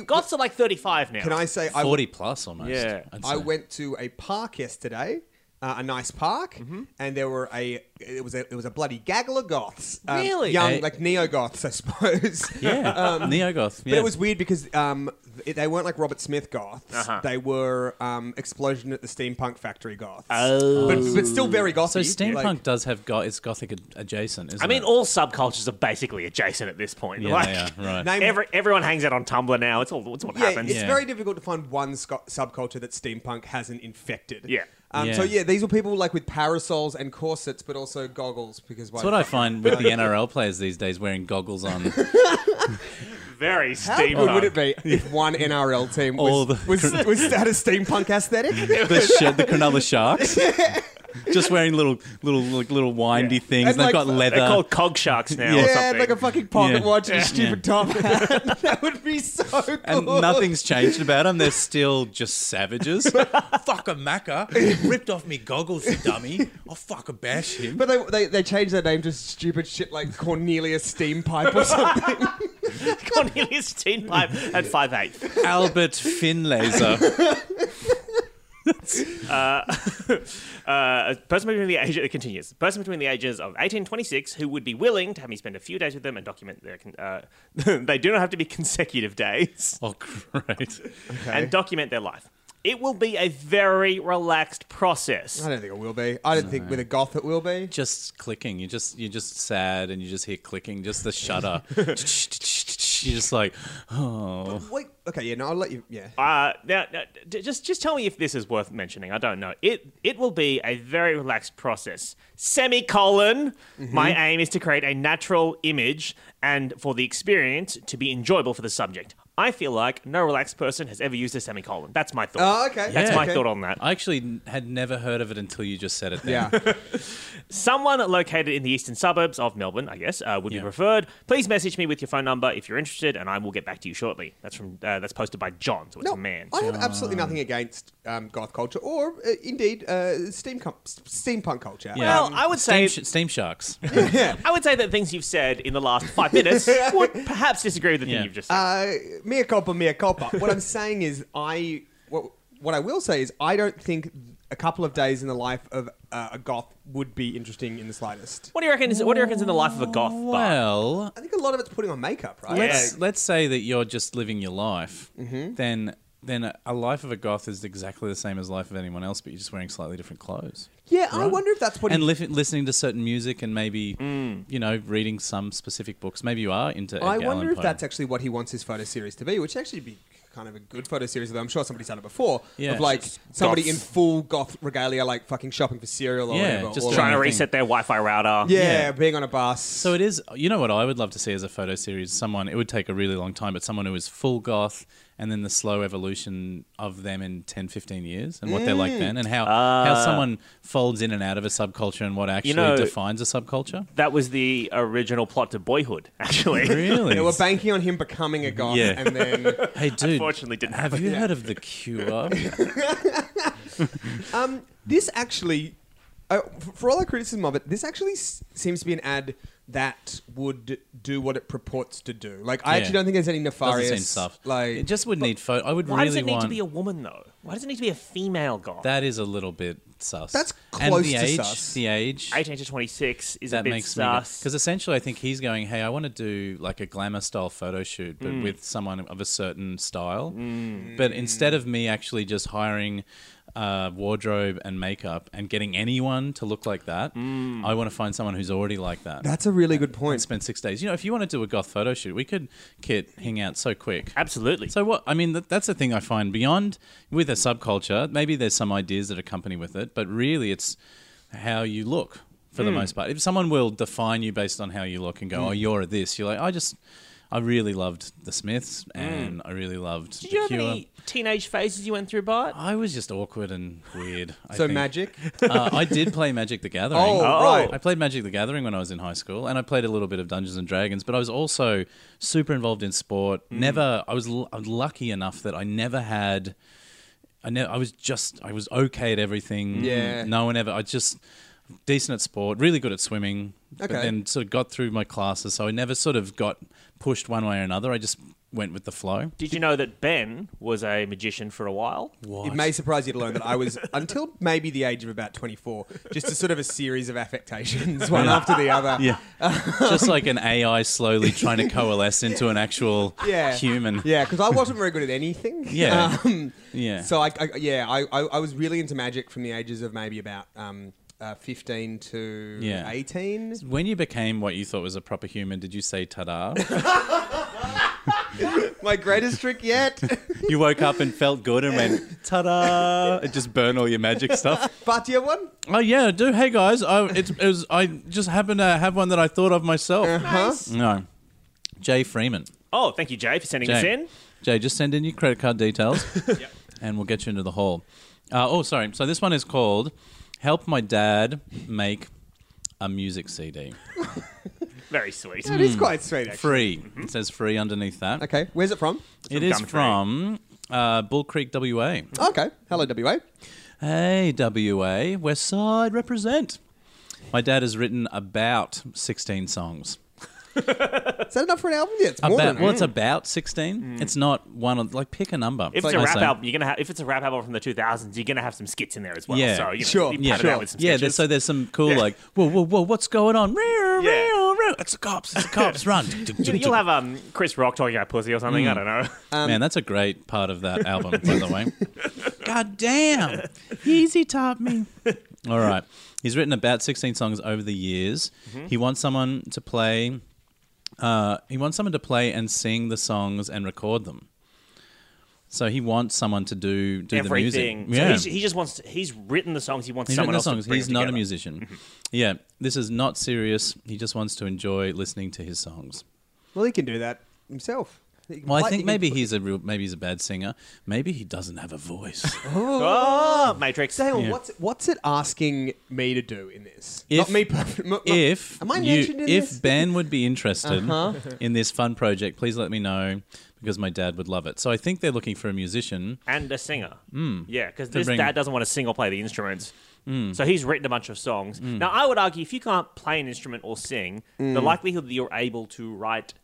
I
Goths are like 35 now.
can I say I
40 plus almost.
Yeah.
I'd
I
say.
went [LAUGHS] to a park yesterday, uh, a nice park,
Mm-hmm.
and there were a it was a it was a bloody gaggle of goths, um,
Really?
young
Hey.
like neo goths, I suppose.
Yeah. Neogoth.
um, But
Yeah.
it was weird because um, th- they weren't like Robert Smith goths.
Uh-huh.
They were um, explosion at the steampunk factory goths.
Oh.
But, but still very gothy.
So steampunk
like-
does have go- it's gothic ad- adjacent, isn't
I mean,
it?
all subcultures are basically adjacent at this point.
yeah,
like,
they
[LAUGHS]
are, right.
Name-
Every, everyone hangs out on Tumblr now. It's all. It's what
yeah,
happens.
it's
Yeah.
very difficult to find one sco- subculture that steampunk hasn't infected.
Yeah.
Um,
Yeah.
So yeah, these were people like with parasols and corsets, but also goggles because why?
That's what I find with the NRL players these days wearing goggles
[LAUGHS]
on. [LAUGHS]
Very
How [LAUGHS]
steam.
good would it
[LAUGHS]
be if one NRL team
All
was,
the- [LAUGHS] Mm.
was, was had a steampunk [LAUGHS] aesthetic?
the sh- the Cronulla
[LAUGHS]
Sharks. Just wearing little little like, little windy
Yeah.
things.
And
They've
like-
got
They're
leather.
They're called cog sharks now. or
yeah,
something. [LAUGHS]
like a fucking pocket
Yeah.
watch and
Yeah.
a stupid top [LAUGHS] hat. that would be so cool.
[LAUGHS] and nothing's changed about them. They're still just savages. [LAUGHS] fuck a macker. Ripped off me goggles, you dummy. I'll fuck a bash him.
But they, they they changed their name to stupid shit like Cornelius Steampipe or something.
Cornelius Teenpipe at five eight.
[LAUGHS] Albert [LAUGHS] Finlaser.
Uh, a person between the age it continues. A person between the ages of 18 and 26 who would be willing to have me spend a few days with them and document their. Con- uh, [LAUGHS] they do not have to be consecutive days
Oh, great.
and document their life. It will be a very relaxed process.
I don't think it will be. I don't think with a goth it will be.
Just clicking. You just you're just sad and you just hear clicking. Just the [LAUGHS] shutter. you're just like, oh.
Wait, okay, yeah, no, I'll let you. Yeah,
Uh, now, now, d- just just tell me if this is worth mentioning. I don't know. It it will be a very relaxed process. Semicolon.
Mm-hmm.
My aim is to create a natural image and for the experience to be enjoyable for the subject. I feel like no relaxed person has ever used a semicolon. That's my thought.
Oh, okay.
That's
Yeah.
my
Okay. Uh,
thought on that.
I actually n- had never heard of it until you just said it. Then.
[LAUGHS]
yeah.
Someone located in the eastern suburbs of Melbourne, I guess, uh, would be
Yeah.
preferred. Please message me with your phone number if you're interested, and I will get back to you shortly. That's from uh, that's posted by John, so it's
No,
a Oh, man.
I have absolutely nothing against um, goth culture or uh, indeed uh, steam com- steampunk culture.
Yeah.
Well,
Um,
I would say
Steam, sh-
[LAUGHS]
steam sharks.
[LAUGHS] yeah.
I would say that things you've said in the last five minutes would perhaps disagree with the thing
Yeah.
you've just said.
Uh, mea culpa, mea culpa. What I'm saying is, I what, what I will say is, I don't think a couple of days in the life of uh, a goth would be interesting in the slightest.
what do you reckon? Is, what do you reckon's in the life of a goth? Bar?
well,
I think a lot of it's putting on makeup, right?
let's
Yeah.
let's say that you're just living your life,
Mm-hmm.
then then a, a life of a goth is exactly the same as life of anyone else, but you're just wearing slightly different clothes.
yeah, I wonder if that's what.
And
he- Mm.
li- listening to certain music and maybe, you know, reading some specific books. Maybe you are into Edgar
I wonder
Allan
if
Poe.
that's actually what he wants his photo series to be, which actually be kind of a good photo series. Though I'm sure somebody's done it before,
Yeah.
of like
Just
somebody
goths.
in full goth regalia, like fucking shopping for cereal or
Yeah,
whatever.
just
or
Trying to
Anything.
reset their Wi-Fi router.
yeah,
Yeah.
being on a bus.
So it is. You know what I would love to see as a photo series? Someone. It would take a really long time, but someone who is full goth, and then the slow evolution of them in 10, 15 years, and what they're
Mm.
like then, and how how someone folds in and out of a subculture, and what actually
know-
defines a subculture.
That was the original plot to Boyhood, [LAUGHS] actually.
Really?
They were banking on him becoming a goth,
Yeah.
and then [LAUGHS]
hey, dude.
Unfortunately, didn't
Have you heard of the
[LAUGHS]
Cure?
this actually, uh, f- for all our criticism of it, this actually s- seems to be an ad that would do what it purports to do. Like, I
Yeah.
actually don't think there's any
Doesn't
nefarious
seem stuff.
Like,
it just would need photo. I would
Why
really
does it need
want.
to be a woman though? Why does it need to be a female goth?
that is a little bit sus.
That's
and
close
the
to
age,
sus.
The age.
18 to 26 is a
that
bit
makes
sus.
because essentially I think he's going, hey, I want to do like a glamour style photo shoot, but
Mm.
with someone of a certain style. But instead of me actually just hiring uh, wardrobe and makeup and getting anyone to look like that,
Mm.
I want to find someone who's already like that.
that's a really good point.
spend six days. You know, if you want to do a goth photo shoot, we could kit hang out so quick.
Absolutely.
So what I mean, that, that's the thing I find beyond with a subculture. Maybe there's some ideas that accompany with it, but really it's how you look for the
Hmm.
most part. If someone will define you based on how you look and go, "Oh, you're this," you're like, "I just, I really loved the Smiths and I really loved
Hmm. Did
the
you have
Cure."
any teenage phases you went through, Bart?
I was just awkward and weird. I
so
think. [LAUGHS]
magic.
Uh, I did play Magic the Gathering.
Oh,
Oh.
right.
I played Magic the Gathering when I was in high school, and I played a little bit of Dungeons and Dragons, but I was also super involved in sport.
Mm.
Never, I was, l- I was lucky enough that I never had. I ne- I was just, I was okay at everything.
Yeah.
No one ever. I just decent at sport, really good at swimming. But
Okay.
then sort of got through my classes, so I never sort of got pushed one way or another. I just went with the flow.
[LAUGHS]
Did you know that Ben was a magician for a while?
It may surprise you to learn that I
[LAUGHS]
was, until maybe the age of about 24, just a sort of a series of affectations, one after the other.
Yeah. Just like an AI slowly trying to coalesce into an actual
Yeah.
human.
Yeah, because I wasn't very good at anything.
[LAUGHS]
Um,
Yeah. yeah.
So I, I yeah, I, I, I was really into magic from the ages of maybe about um, uh, fifteen to
Yeah.
eighteen.
when you became what you thought was a proper human, did you say ta-da? [LAUGHS]
My greatest trick yet. [LAUGHS]
you woke up and felt good and went ta-da. It just burn all your magic stuff.
but do you have one?
[LAUGHS] oh yeah, I do. Hey guys, I it's, it was I just happened to have one that I thought of myself. No, Jay Freeman.
Oh, thank you, Jay, for sending us
Jay, [LAUGHS]
in.
Jay, just send in your credit card
[LAUGHS]
details, and we'll get you into the hall. Uh, oh, sorry. So this one is called "Help My Dad Make a Music CD."
Very sweet.
That is quite sweet. Actually.
Free. It says free underneath that.
Hmm. Okay, where's it from?
It
Mm-hmm. from
is
Gumtree.
from uh, Bull Creek, WA.
Okay, hello WA.
Hey, WA, West Side represent. My dad has written about 16 songs.
Is that enough for an album? Yeah, it's more
About,
than
well,
well,
it's about 16. It's not one of, like, pick a number.
Hmm. If
Like
it's a
I
rap
say.
album, you're gonna have. If it's a rap album from the 2000s, you're gonna have some skits in there as well.
Yeah.
so you know,
Sure.
You
Yeah,
pad it out with some
yeah there's,
sketches.
so there's some cool, like, whoa, whoa, whoa, what's going on? Rear,
Yeah.
rear, rear. It's the cops, it's the
[LAUGHS]
cops, run.
You- You'll have um,
Hmm.
Chris Rock talking about pussy or something. I don't know. [LAUGHS]
Man, that's a great part of that album, by the way. God damn. [LAUGHS] Easy top me. All right. He's written about 16 songs over the years.
Mm-hmm.
He wants someone to play. Uh, he wants someone to play and sing the songs and record them. So he wants someone to do do
everything.
the music. Yeah.
So he's, he just wants. To, he's written the songs. He wants
He's
someone
written the
else
songs.
to bring
He's
them
not a
together. Mm-hmm.
musician. Yeah, this is not serious. He just wants to enjoy listening to his songs.
Well, he can do that himself. He can
Well, I
play-
think
he can
maybe he's a real, maybe he's a bad singer. Maybe he doesn't have a voice. Hmm.
Oh, Matrix.
So hang on,
Yeah.
what's what's it asking me to do in this?
If-
not me. per- not- not-
if
am I
you-
mentioned in
if
this? Uh-huh.
Ben would be interested in this fun project, please let me know because my dad would love it. So I think they're looking for a musician.
and a singer. Mm. Yeah, because this
Hmm. bring- Hmm.
dad doesn't want to sing or play the instruments. So he's written a bunch of songs. Now, I would argue if you can't play an instrument or sing, the likelihood that you're able to write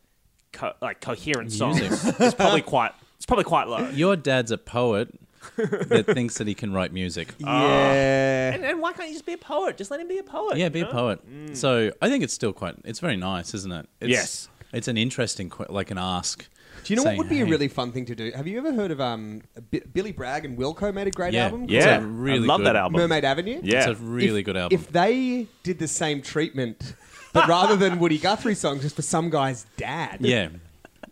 co- like coherent songs is
[LAUGHS]
probably quite it's probably quite low.
Your dad's a poet
[LAUGHS]
that thinks that he can write music.
[LAUGHS] yeah,
And, and why can't you just be a poet? Just let him be a poet.
Yeah,
you
be a
know?
poet.
Mm.
So I think it's still quite. It's very nice, isn't it? It's,
Yes.
It's an interesting, que- like an ask.
do you know
saying,
what would be a
"Hey."
really fun thing to do? Have you ever heard of um B- Billy Bragg and Wilco made a great
Yeah.
album?
It's
Yeah,
a really
I love
good-
that album.
Mermaid Avenue.
Yeah.
It's a really
If-
good album.
If they did the same treatment, but rather than Woody Guthrie songs, just for some guy's dad.
yeah,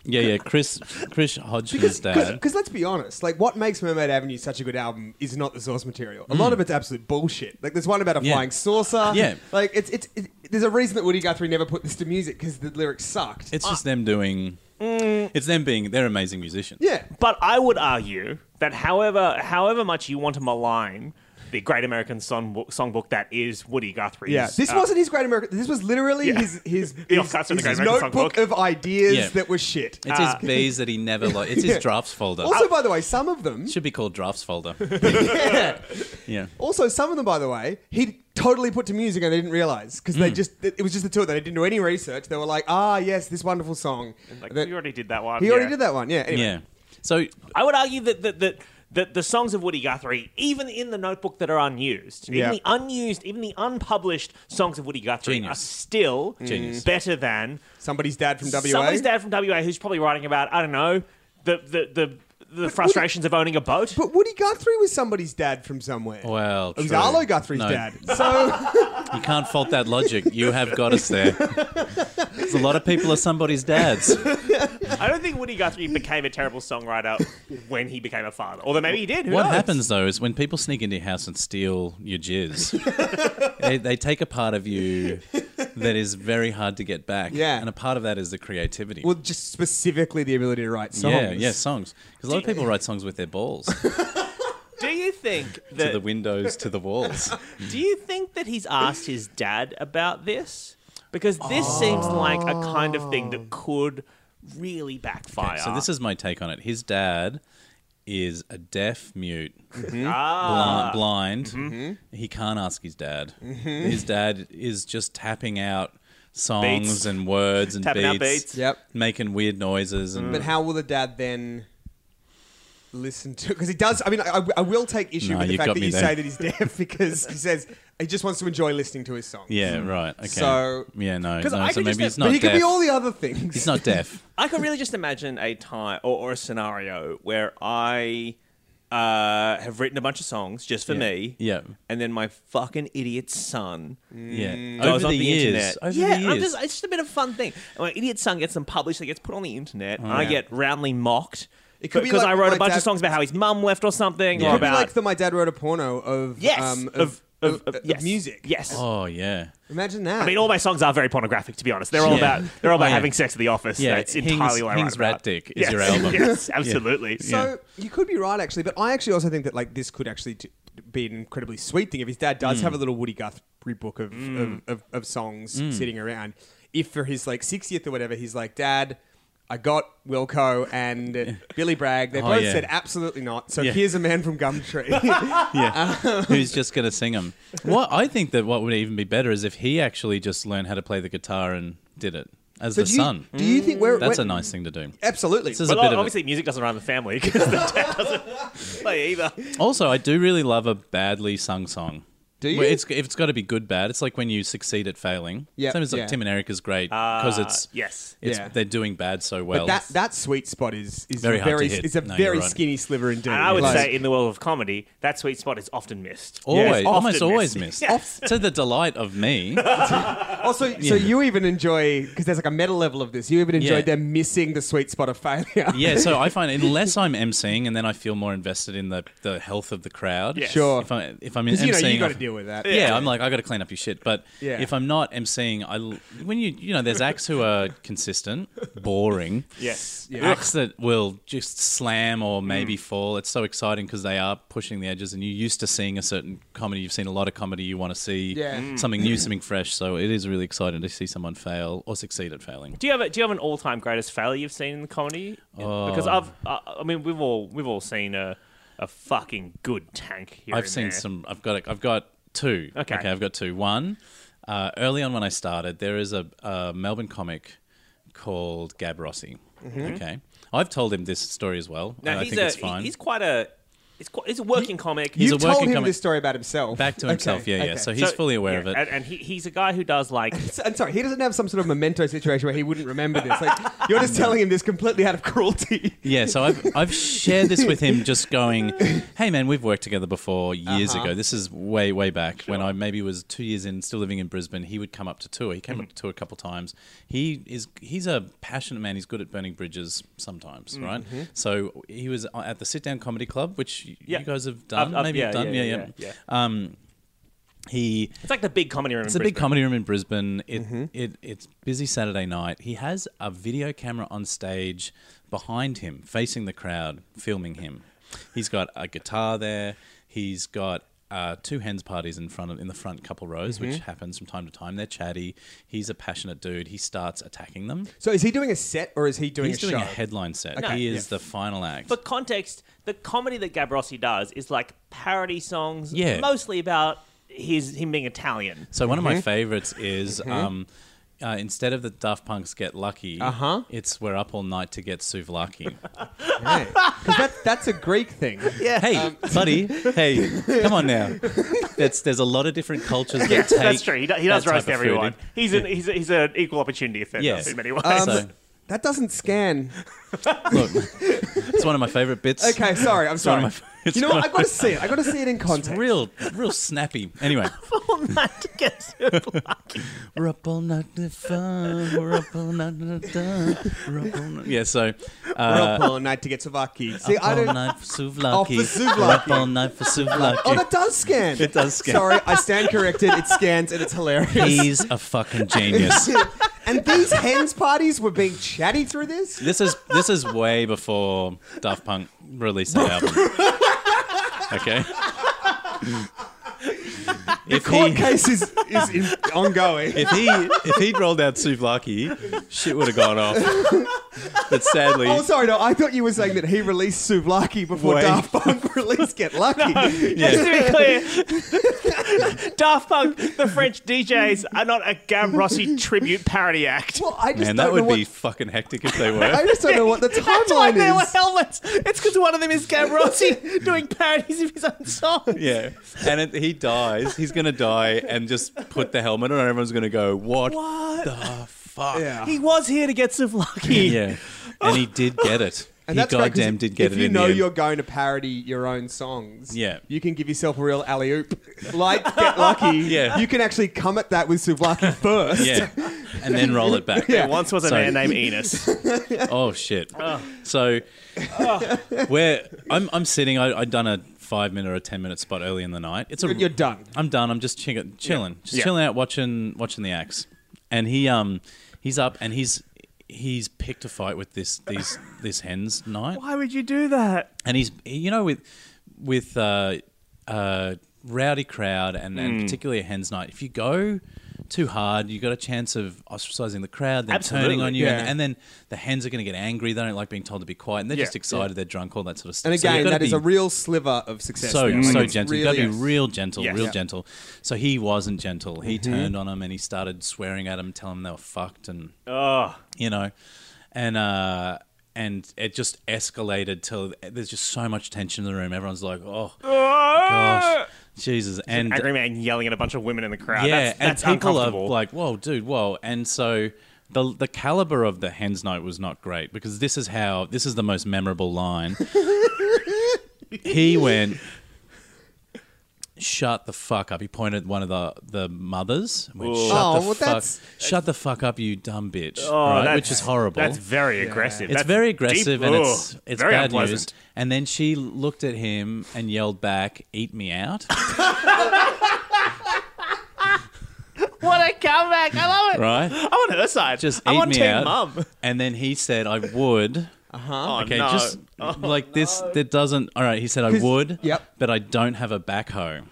yeah, yeah. Chris Chris Hodgson's dad.
Because let's be honest, like what makes Mermaid Avenue such a good album is not the source material. A lot of it's absolute bullshit. Like there's one about a
Yeah.
flying saucer.
Yeah.
like it's, it's it, there's a reason that Woody Guthrie never put this to music because the lyrics sucked.
It's just them doing.
Mm.
It's them being. They're amazing musicians.
yeah,
But I would argue that however however much you want to malign the Great American Songbook, songbook that is Woody Guthrie's.
yeah. This
uh,
wasn't his Great American. This was literally his his,
Yeah,
his,
that's in the
his
Great American
notebook
Songbook.
of ideas
Yeah.
that were shit. [LAUGHS]
It's his bees that he never. Lo- it's
Ah. Yeah.
his drafts folder.
also, by the way, some of them.
should be called
[LAUGHS]
drafts folder.
Yeah.
yeah.
Also, some of them, by the way, he totally put to music and they didn't realize because they just it was just the two of them. They didn't do any research. They were like, ah, yes, this wonderful song.
Like,
That-
we already did that one.
he already
yeah.
did that one. Yeah. Anyway.
Yeah. So
I would argue that that that, that the songs of Woody Guthrie, even in the notebook that are unused,
Yeah.
even the unused, even the unpublished songs of Woody Guthrie are
Genius.
still
Genius.
better than
Somebody's dad from WA.
somebody's dad from WA who's probably writing about I don't know the the the, the frustrations of owning a boat.
But Woody Guthrie was somebody's dad from somewhere.
well,
it was
true.
Arlo Guthrie's
No,
dad.
[LAUGHS]
So
You can't fault that logic. You have got us there. 'Cause a lot of people are somebody's dads.
[LAUGHS]
I don't think Woody Guthrie became a terrible songwriter when he became a father. Although maybe he did. Who
What
knows?
happens though is when people sneak into your house and steal your
[LAUGHS]
jizz, they, they take a part of you that is very hard to get back.
Yeah.
and a part of that is the creativity.
well, just specifically the ability to write songs.
Yeah, yeah, songs. Because a lot of people write songs with their
[LAUGHS]
balls to
Do you think that
the windows to the
[LAUGHS]
walls.
Do you think that he's asked his dad about this? Because this seems like a kind of thing that could really backfire.
So this is my take on it. His dad is a deaf mute,
Mm-hmm. Ah.
bli- blind. He can't ask his dad.
Mm-hmm.
His dad is just tapping out songs
Beats.
and words and
Tapping out
beats,
beats. Mm.
Yep.
making weird noises and
But how will the dad then listen to? Because he does. I mean, I, I will take issue
No,
with the
you
fact
got
that
me
you
there.
say that he's deaf [LAUGHS] because he says he just wants to enjoy listening to his songs.
yeah, right. Okay.
So-
yeah, no,
'Cause
no,
I
so
could just
maybe
have-
he's not
but he
deaf.
could be all the other [LAUGHS] things.
he's
[LAUGHS]
not deaf.
I can really just imagine a time or, or a scenario where I uh, have written a bunch of songs just for me.
Yeah.
And then my fucking idiot son
Yeah.
goes
over
on
the, years,
Mm. internet.
over
yeah,
the
I'm
years.
just, it's just a bit of a fun thing. And my idiot son gets them published, they gets put on the internet, and I
yeah.
get roundly mocked.
could be
because
like
I wrote
my
a bunch
dad-
of songs about how his mum left or something,
Yeah.
or
Could be
about
It'd be like the my dad wrote a porno of
yes,
um,
of, of, of, yes.
music.
Yes,
oh yeah.
imagine that.
I mean, all my songs are very pornographic, to be honest. They're all
Yeah.
about they're all about
Oh, yeah.
having sex at the office.
Yeah,
That's entirely
Hing's-
what I write
Hing's
about.
Rat Dick is
Yes,
your
[LAUGHS]
album.
Yes, absolutely.
so you could be right actually, but I actually also think that like this could actually t- be an incredibly sweet thing if his dad
Mm.
does have a little Woody Guthrie book of of, of, of songs
Mm.
sitting around. If for his like 60th or whatever, he's like, Dad. I got Wilco
[LAUGHS]
and Billy Bragg. They
Oh,
both
yeah.
said absolutely not. So
Yeah.
here's a man from
[LAUGHS]
Gumtree. [LAUGHS] Um,
yeah. Who's just going to sing them? What I think that what would even be better is if he actually just learned how to play the guitar and did it as
so
the
do you,
son. Mm.
Do you think we're
That's
we're-
a nice thing to do.
Absolutely.
This is
But
a bit of
obviously, music doesn't run in the family [LAUGHS] because the dad doesn't play either.
it. Also, I do really love a badly sung song.
Do you?
Well, it's if it's got to be good bad. It's like when you succeed at failing.
Yeah,
same as like
yeah.
Tim and Erica's great because
Uh,
it's
yes.
it's
Yeah.
they're doing bad so well.
but that that sweet spot is is very,
Very hard to hit.
it's a
No, you're
very
right.
skinny sliver indeed.
And I would
Like-
say, in the world of comedy, that sweet spot is often missed.
always,
Yes,
almost
often
always missed.
Yes.
to the delight of
[LAUGHS]
me.
Also, so you even enjoy because there's like a meta level of this. You even enjoy
Yeah.
them missing the sweet spot of failure. [LAUGHS]
Yeah, so I find unless I'm emceeing and then I feel more invested in the, the health of the crowd.
Yes.
Sure.
If I if I'm
because
emceeing,
you know you
I-
got to deal with that.
yeah, I'm like I got to clean up your shit. But
Yeah.
if I'm not emceeing, I l- when you you know there's acts who are consistent, boring.
Yes.
Yeah. Mm.
Acts that will just slam or maybe fall. It's so exciting because they are pushing the edges, and you're used to seeing a certain comedy. You've seen a lot of comedy. You want to see
Yeah. Mm.
something new, something fresh. So it is really exciting to see someone fail or succeed at failing.
Do you have a, do you have an all time greatest failure you've seen in the comedy? Because
Oh.
I've I, I mean we've all we've all seen a a fucking good tank here.
I've
and
seen
there.
some. I've got. I've got two.
Okay.
I've got two. One, uh, early on when I started, there is a, a Melbourne comic called Gab Rossi. Okay. I've told him this story as well.
Mm-hmm. Now,
and I
he's
think
a,
it's fine.
He's quite a he's quite he's a working comic.
he's
you
a
told
working
him
comic-
this story about
[LAUGHS]
himself.
Back to
Okay,
himself. Yeah, yeah.
okay.
So he's
So-
fully aware
yeah,
of it.
and, and he, he's a guy who does like
So- I'm sorry, he doesn't have some sort of memento situation where he wouldn't remember this. Like, you're
[LAUGHS]
just telling him this completely out of cruelty.
Yeah, so I've I've shared this
[LAUGHS]
with him, just going, "Hey, man, we've worked together before years
Uh-huh.
ago. This is way way back when I maybe was two years in, still living in Brisbane. He would come up to tour. He came
Mm-hmm.
up to tour a couple times. He is he's a passionate man. He's good at burning bridges sometimes,
Mm-hmm.
right? So he was uh, at the Sit Down Comedy Club, which y-
Yeah.
you guys have
I've-
done,
I've-
maybe
yeah,
you've done,
yeah,
yeah,
yeah,
yeah.
yeah.
Um, he
it's like the big comedy room.
it's a big comedy room in Brisbane. It,
Mm-hmm.
it it's busy Saturday night. He has a video camera on stage behind him, facing the crowd, filming him. He's got a guitar there. He's got uh, two hens parties in front of, in the front couple rows,
Mm-hmm.
which happens from time to time. They're chatty. He's a passionate dude. He starts attacking them.
So is he doing a set or is he doing
He's
a
doing
show?
a headline set.
Okay.
He is the final act.
For context, the comedy that Gabrossi does is like parody songs,
Yeah.
mostly about his him being Italian.
So one of
Mm-hmm.
my favorites is um, uh, instead of the Daft Punk's "Get Lucky,"
Uh-huh.
it's "We're up all night to get souvlaki."
Because that, that's a Greek thing.
Yeah,
Hey,
[LAUGHS]
buddy. Hey, come on now. That's there's a lot of different cultures that take.
that's true. He, do, he does
that type
roast
of food
everyone.
in.
He's an he's a, he's an equal opportunity offender
Yeah.
in
Um,
many ways. [LAUGHS]
so,
That doesn't scan.
look, it's one of my favorite bits.
Okay, sorry, I'm
one
sorry.
of my-
you know what?
it's one
I've
of
got to see it. I've got to see it in
It's
context.
real, real snappy.
[LAUGHS]
Anyway,
All night to get souvlaki.
we're up all night to fun. We're up all night to dun. We're up all night. Yeah, so
We're
uh,
up all night to get souvlaki. See,
up
I
all
don't.
night for
Oh, for
souvlaki.
souvlaki.
We're up all night for souvlaki.
Oh, that does scan.
It does scan.
Sorry, I stand corrected. It scans and it's hilarious.
He's a
[LAUGHS]
fucking genius.
and these hens parties were being chatty through this.
This is this is way before Daft Punk released that album. Okay. If
Court
he
case is, is in, ongoing.
if he if he'd rolled out Souvlaki, shit would have gone off. But sadly,
Oh, sorry, no, I thought you were saying that he released Souvlaki before
Wait.
Daft
[LAUGHS]
Punk released Get Lucky.
[LAUGHS] Just to be clear, [LAUGHS] Daft Punk, the French DJs, are not a Gabrossi tribute parody act.
Well, I just
man,
don't
that
know
would
what,
be fucking hectic if
[LAUGHS]
they
I
were.
just don't know what
[LAUGHS]
[LAUGHS]
the
That's why they
timeline
were
is.
helmets. It's because one of them is [LAUGHS] Gabrossi doing parodies of his own songs.
Yeah, and it, he dies. He's gonna die, and just put the helmet on. and Everyone's gonna go, "What,
What?
the fuck?"
Yeah.
Uh, He was here to get souvlaki.
[LAUGHS] Yeah. and he did get it.
And
he
that's great, 'cause
goddamn did get
if
it.
you
in
know
the end.
you're going to parody your own songs,
Yeah.
you can give yourself a real alley oop. Like Get Lucky,
[LAUGHS] Yeah.
you can actually come at that with Souvlaki first. [LAUGHS]
yeah, and then roll it back.
There once was a
So-
man named Enos.
Oh shit! So, where I'm, I'm sitting. I, I'd done a five minute or a ten minute spot early in the night. It's a,
You're- you're done.
I'm done. I'm just chilling, chilling, just
Yeah.
chilling out, watching, watching the acts. And he, um, he's up and he's he's picked a fight with this these this hens night.
[LAUGHS] Why would you do that?
And he's you know with with uh, uh, rowdy crowd and,
Mm.
and particularly a hens night. If you go too hard, you got a chance of ostracizing the crowd, then turning
Absolutely,
on you, and,
yeah.
and then the hens are going to get angry. They don't like being told to be quiet, and they're
Yeah,
just excited. They're drunk, all that sort of stuff.
And
So you've
again,
gotta
that is
be
a real sliver of success.
so
there. Like,
so
it's
gentle.
Really,
You've got to be real gentle,
Yes.
real
Yeah.
gentle. So he wasn't gentle. He turned on him and he started swearing at him, telling him they were fucked, and you know, and uh, and it just escalated till there's just so much tension in the room. Everyone's like, oh gosh, Jesus, and
Angry man yelling at a bunch of women in the crowd.
yeah,
that's, that's
and people are
uncomfortable.
like, "Whoa, dude, whoa!" And so the the caliber of the Hens Night was not great because this is how this is the most memorable line.
[LAUGHS]
he went, "Shut the fuck up!" He pointed at one of the the mothers. and Went,
Ooh.
Shut
Oh,
the
well,
fuck,
that's-
shut the fuck up, you dumb bitch!
Oh,
right?
that's-
Which is horrible.
That's very aggressive.
It's
That's
very
deep-
aggressive and
Ugh.
it's it's
very
bad
unpleasant.
news. And then she looked at him and yelled back, "Eat me
[LAUGHS]
out!"
What a comeback! [LAUGHS] I love it.
Right?
I'm on her side.
Just
I'm
eat
on
me
team
out. [LAUGHS]
mum.
And then he said, "I
[LAUGHS]
would."
Oh,
Okay,
no.
just like this. That doesn't. All right, he said, "I would."
Yep.
But I don't have a backhoe,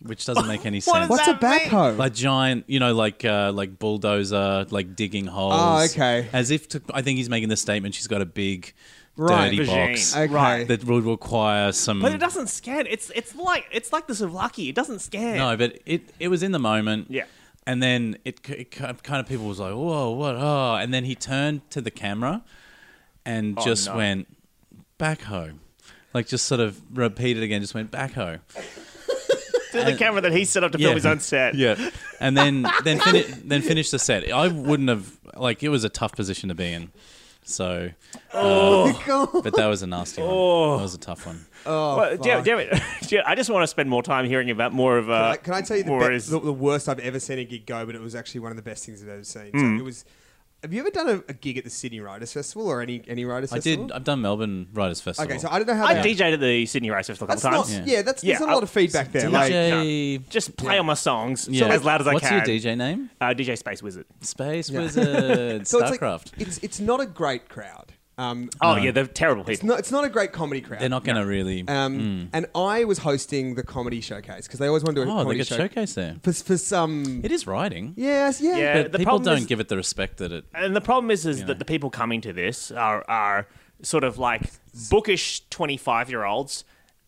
which doesn't make
[LAUGHS]
any sense.
does
What's a
that mean?
backhoe?
Like giant, you know, like uh, like bulldozer, like digging holes.
Oh, okay.
As if to, I think he's making the statement. She's got a big,
Right.
dirty box
Vagine.
okay.
Right.
that would require some.
But it doesn't scan. It's it's like it's like the Souvlaki. It doesn't scan.
No, but it it was in the moment.
Yeah.
And then it, c- it ki- kind of people was like, whoa, what? Oh, and then he turned to the camera and
Oh,
just
no.
went back home, like just sort of repeated again, just went back home.
to the camera that he set up to film his own set.
Yeah. And then then fini- then finish the set. I wouldn't have like it was a tough position to be in. So,
Oh,
uh,
[LAUGHS]
God.
but that was a nasty one. Oh. That was a tough one.
Well, damn, damn it! [LAUGHS] Damn it. I just want to spend more time hearing about more of. Uh,
Like, Oh, can I tell you the,
more
be-
is-
the, the worst I've ever seen a gig go? But it was actually one of the best things I've ever seen.
Hmm.
So it was. Have you ever done a, a gig at the Sydney Writers Festival or any any writers
I
festival?
did. I've done Melbourne Writers Festival.
Okay, so I don't know how.
I
that-
DJ'd at the Sydney Race Festival a couple
That's not.
times.
Yeah,
Yeah.
that's
Yeah,
there's not a
I'll-
lot of feedback there. Like,
DJ.
Just play on my songs
Yeah.
so as loud as I
What's
can.
your DJ name?
Uh, DJ Space Wizard.
Space
[LAUGHS]
Wizard.
so it's
Starcraft.
like it's it's not a great crowd. Um,
Oh yeah, they're terrible
it's
people.
not it's not a great comedy crowd.
They're not going to really. Mm.
Um, and I was hosting the comedy showcase because they always want to do a
oh, they
comedy
got
show-
showcase there.
for for some.
It is writing,
Yes, yeah.
Yeah.
but
the
people
problem
don't
is-
give it the respect that it.
And the problem is, is
Yeah.
that the people coming to this are are sort of like bookish twenty five year olds.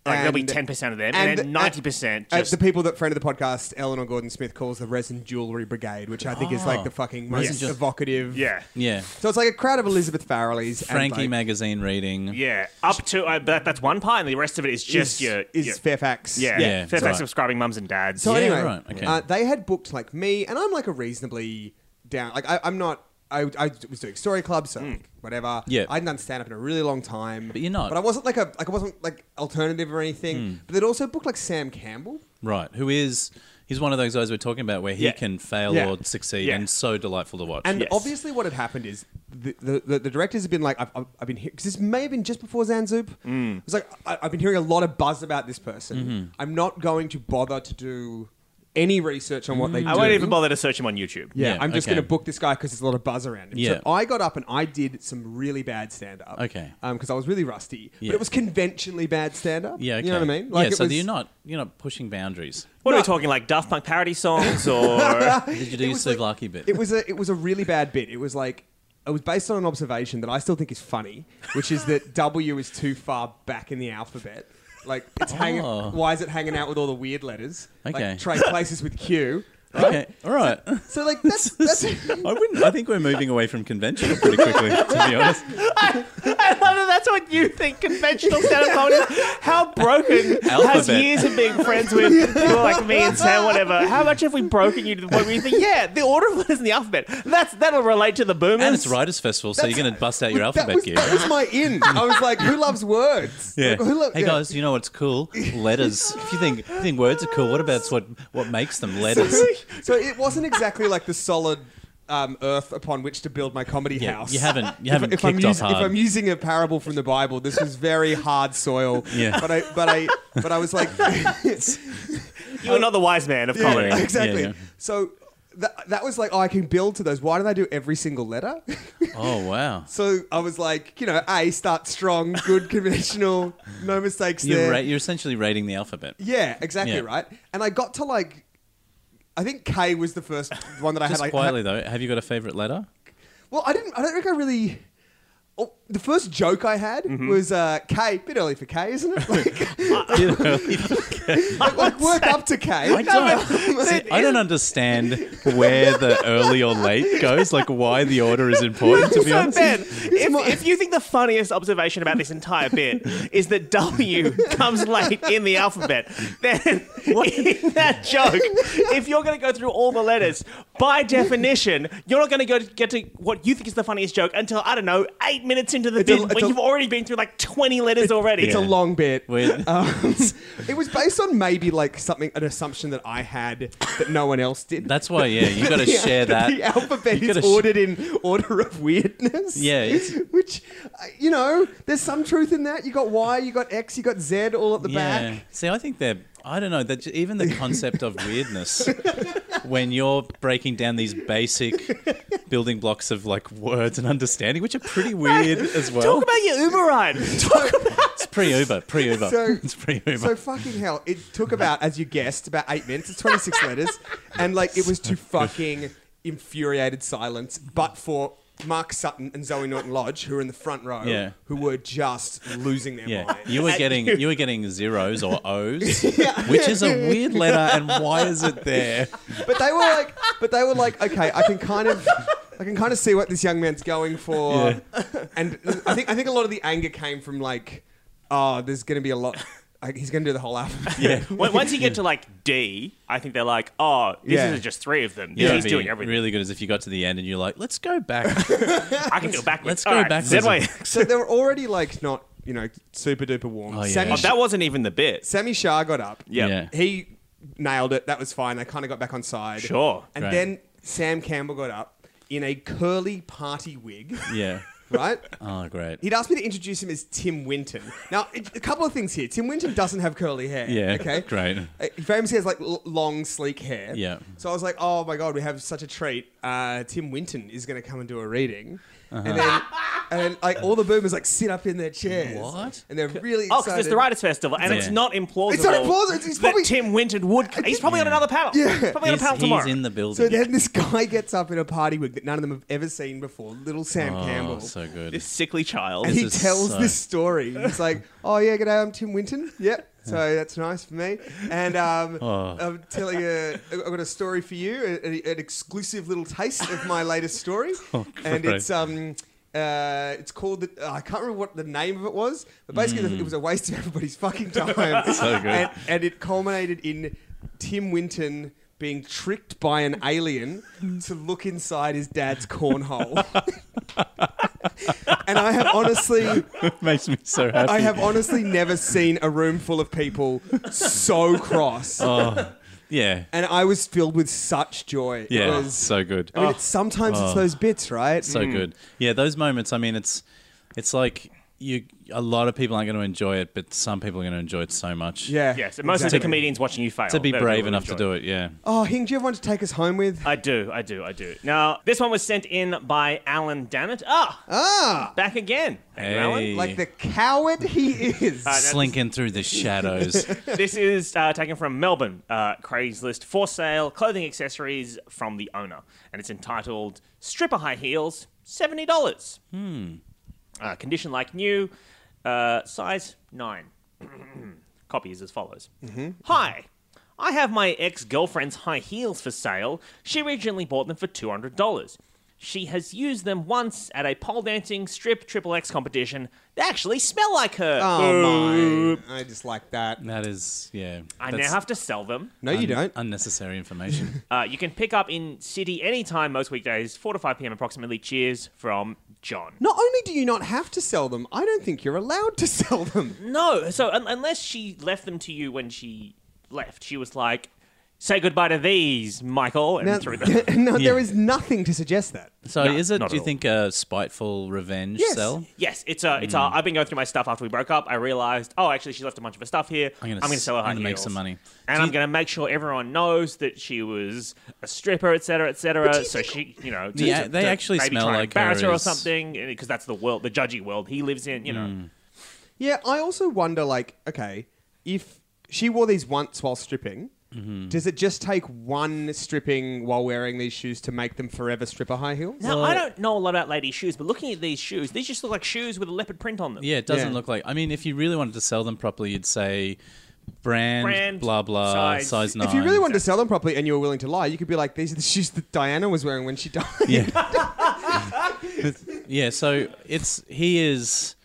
Like there'll be
And-
ten percent of them,
and-
and, then ninety percent
Uh,
just
the people that friend of the podcast, Eleanor Gordon Smith, calls the resin jewelry brigade, which I think is like the fucking most
Oh. Resin Jewel-
evocative.
yeah.
Yeah,
So it's like a crowd of Elizabeth Farrellys.
Frankie
and like,
magazine reading.
Yeah, up to uh, that, that's one part, and the rest of it is just
is,
your,
is
your-
Fairfax.
yeah,
Yeah,
Fairfax
right.
subscribing mums and dads.
So
Yeah,
anyway,
right, okay.
uh, they had booked like me, and I'm like a reasonably down. Like I, I'm not. I, I was doing story club, so like, whatever.
Yeah.
I hadn't done stand up in a really long time.
But you're not. Hmm.
But I wasn't like a like I wasn't like alternative or anything. But they'd also booked like Sam Campbell.
right. Who is? He's one of those guys we're talking about where he
Yeah.
can fail
Yeah.
or succeed,
Yeah.
and so delightful to watch.
And
Yes.
obviously, what had happened is the, the, the, the directors have been like, I've, I've, I've been hearing, because this may have been just before Zanzoop. It was like, I, I've been hearing a lot of buzz about this person.
Mm-hmm.
I'm not going to bother to do any research on what
Mm-hmm.
they do.
I won't even bother to search him on YouTube.
Yeah,
Yeah,
I'm just
okay.
going to book this guy because there's a lot of buzz around him.
Yeah.
So I got up and I did some really bad stand up.
Okay.
Because I was really rusty.
Yeah.
But it was conventionally bad stand up.
yeah, okay.
You know what I mean?
yeah.
it
So
was-
you're not you're not pushing boundaries.
What are
No.
we talking like Daft Punk parody songs or?
Did you
[LAUGHS]
do
It
your
was like-
Souvlaki
[LAUGHS]
bit?
It was a it was a really bad bit. It was like it was based on an observation that I still think is funny, which is
[LAUGHS]
that W is too far back in the alphabet. Like it's hanging.
Oh.
Why is it hanging out with all the weird letters?
Okay.
Like trade places with Q.
okay. All right.
So like
[LAUGHS]
that's [LAUGHS] that's.
I wouldn't. I think we're moving away from conventional pretty quickly. to be
[LAUGHS]
honest.
I [LAUGHS] love that that's what you think conventional stand-up comedy is. How broken has
Alphabet.
years of being friends with people like me and Sam, whatever. How much have we broken you to the point where you think, yeah, the order of letters in the alphabet. That's that'll relate to the boomers.
And it's writers' festival, so you're
That's-
going to bust out your
[LAUGHS] that,
alphabet
was,
gear.
that was my in. I was like, who loves words?
[LAUGHS] Yeah.
Like, who lo-
hey
yeah.
guys, you know
[LAUGHS]
what's cool? Letters. if you think you think words are cool, what about what what makes them letters?
So it wasn't exactly like the solid um, earth upon which to build my comedy
Yeah,
house.
you haven't you
[LAUGHS] If-
haven't
if, I'm
kicked off
using,
hard.
if I'm using a parable from the Bible, this was very hard soil.
Yeah.
But I, but I, but I was
[LAUGHS]
like,
you are not the wise man of comedy.
[LAUGHS]
yeah.
exactly.
yeah.
So that, that was like, oh, I can build to those. Why did I do every single letter? [LAUGHS]
oh wow.
so I was like, you know, A start strong, good, conventional, no mistakes
You're
there.
ra- you're essentially rating the alphabet.
Yeah, exactly
Yeah.
right. And I got to like, I think K was the first one that I had.
Just
like, [LAUGHS]
[LAUGHS] quietly though, have you got a favorite letter?
Well, I didn't. I don't think I really. Oh, the first joke I had
Mm-hmm.
was uh, K. Bit early for K, isn't
[LAUGHS]
it? Like, like, like, work up to K.
I
[LAUGHS]
don't, see, I don't understand where the early or late goes, like why the order is
[LAUGHS]
important, to be
So
honest.
Ben, if, if you think the funniest observation about this entire bit is that
[LAUGHS]
W comes late in the alphabet, then in that joke, if you're going to go through all the letters, by definition, you're not going to go to get to what you think is the funniest joke until I don't know eight minutes into the
a-
bit
it's
when
a-
you've already been through like twenty letters already.
It's a
Yeah.
long bit.
Weird.
Um, it was based on maybe like something, an assumption that I had that no one else did.
That's why, yeah, you got to
Yeah,
share that.
[LAUGHS] The alphabet
You
is
gotta sh-
ordered in order of weirdness.
Yeah, it's-
[LAUGHS] Which, uh, you know, there's some truth in that. You got Y, you got X, you got Z all at the
yeah.
back.
See, I think they're. I don't know that j- even the concept of
[LAUGHS]
weirdness, when you're breaking down these basic building blocks of like words and understanding, which are pretty weird as well.
Talk about your Uber ride.
[LAUGHS]
Talk about
it's pre Uber, pre Uber.
So-
it's pre Uber.
So fucking hell, it took about, as you guessed, about eight minutes. It's 26 letters. And like, it was to fucking infuriated silence, but for Mark Sutton and Zoe Norton Lodge, who were in the front row,
Yeah.
who were just losing their
yeah,
minds.
you were getting you were getting zeros or
[LAUGHS]
O's, which is a weird letter, and why is it there?
But they were like, but they were like, okay, I can kind of, I can kind of see what this young man's going for, and I think I think a lot of the anger came from like, oh, there's going to be a lot. Like, he's going to do the whole alphabet. [LAUGHS]
Yeah,
When- Once you get to like D, I think they're like, oh, this
Yeah.
is just three of them.
Yeah,
he's
it'd be
doing everything.
Really good as if you got to the end and you're like, let's go back.
[LAUGHS]
I can go backwards.
let's go
All right,
backwards. [LAUGHS]
ZYX.
So they were already like not, you know, super duper warm.
Oh, yeah.
Sammy,
Oh, that wasn't even the bit.
Sammy Shah got up.
Yep.
Yeah.
He nailed it. That was fine. They kind of got back on side.
Sure.
And
Great.
then Sam Campbell got up in a curly party wig, [LAUGHS]
Yeah.
right?
Oh, great.
He'd asked me to introduce him as Tim Winton. Now, it- a couple of things here. Tim Winton doesn't have curly hair.
Yeah.
Okay.
[LAUGHS] Great.
Uh, He famously has like l- long, sleek hair.
Yeah.
So I was like, oh my God, we have such a treat. Uh, Tim Winton is going to come and do a reading.
Uh-huh.
And then,
[LAUGHS]
and then, like, all the boomers like sit up in their chairs.
What?
And they're really
Oh, because
excited.
there's the Writers' Festival, and it's
Yeah.
not implausible.
It's not implausible, it's- it's
that
probably-
Tim Winton
[LAUGHS]
would. He's probably on another panel.
Yeah.
He's probably
He's,
on a panel
he's
tomorrow.
in the building.
So then
[LAUGHS]
this guy gets up in a party wig that none of them have ever seen before, little Sam
oh,
Campbell.
so good.
This sickly child.
and he
This is
tells
so-
this story. He's like, "Oh yeah, g'day, I'm Tim Winton. Yep, so that's nice for me." And um,
Oh.
I'm telling a, I've got a story for you, a- a- an exclusive little taste of my latest
[LAUGHS]
story,
Oh,
and it's um. Uh, it's called. The, I can't remember what the name of it was, but basically it was a waste of everybody's fucking time.
[LAUGHS] So good.
And, and it culminated in Tim Winton being tricked by an alien to look inside his dad's cornhole.
[LAUGHS]
[LAUGHS] and I have honestly,
[LAUGHS] makes me so happy.
I have honestly never seen a room full of people so
[LAUGHS]
cross.
Oh. yeah.
And I was filled with such joy. It Mm.
Yeah.
was-
so good. Oh,
I mean, it's, sometimes it's those bits, right?
so good. Yeah, those moments. I mean, it's it's like you. A lot of people aren't going to enjoy it, but some people are going to enjoy it so much.
yeah.
yes, and most
exactly.
of the comedians watching you fail.
To be
They'll
brave
really
enough to
enjoy
do it. Yeah.
Oh, Hing, do you have one to take us home with?
I do, I do, I do. Now, this one was sent in by Alan Dannett. Ah,
Ah,
back again. Thank you, Alan.
Hey.
like the coward he is.
that's-
Slinking through
[LAUGHS]
the shadows.
this is uh, taken from Melbourne uh, Craigslist for sale clothing accessories from the owner, and it's entitled "Stripper High Heels, seventy dollars." Hmm. Uh, condition like new, uh, size nine. [CLEARS THROAT] Copy is as follows.
Mm-hmm.
Hi. I have my ex girlfriend's high heels for sale. She originally bought them for $200. She has used them once at a pole dancing strip triple X competition. They actually smell like her.
oh my! I just like that.
that is, yeah.
I
that's
now have to sell them.
No, you
un-
don't. [LAUGHS]
Unnecessary information.
Uh, you can pick up in city anytime most weekdays, 4 to 5 p.m. approximately. Cheers from John.
Not only do you not have to sell them, I don't think you're allowed to [LAUGHS] sell them.
No, so un- unless she left them to you when she left, she was like, say goodbye to these, Michael, and
Now,
threw them.
[LAUGHS]
[LAUGHS] now, there
Yeah.
is nothing to suggest that.
So
No,
is it?
not
Do
at
you
all.
think a spiteful revenge
Yes.
cell?
Yes, it's a, it's a. I've been going through my stuff after we broke up. I realized, oh, actually, she left a bunch of her stuff here. I'm
gonna
gonna,
s-
sell her.
I'm
high
gonna make
heels.
some money.
and
Do
I'm
you-
gonna make sure everyone knows that she was a stripper, etc., etc.
do you
So she, you know, to-
Yeah,
to-
they
to
actually
maybe
smell
try and
like her
embarrass her or
is-
something, because that's the world, the judgy world he lives in. You know,
Hmm.
Yeah, I also wonder, like, okay, if she wore these once while stripping,
Mm-hmm.
Does it just take one stripping while wearing these shoes to make them forever stripper high heels?
Now, I don't know a lot about ladies' shoes, but looking at these shoes, these just look like shoes with a leopard print on them.
Yeah, it doesn't
Yeah.
look like. I mean, if you really wanted to sell them properly, you'd say brand,
Brand,
blah blah
size.
size, nine.
If you really wanted to sell them properly and you were willing to lie, you could be like, these are the [LAUGHS] shoes that Diana was wearing when she died.
[LAUGHS]
yeah, yeah. So it's he is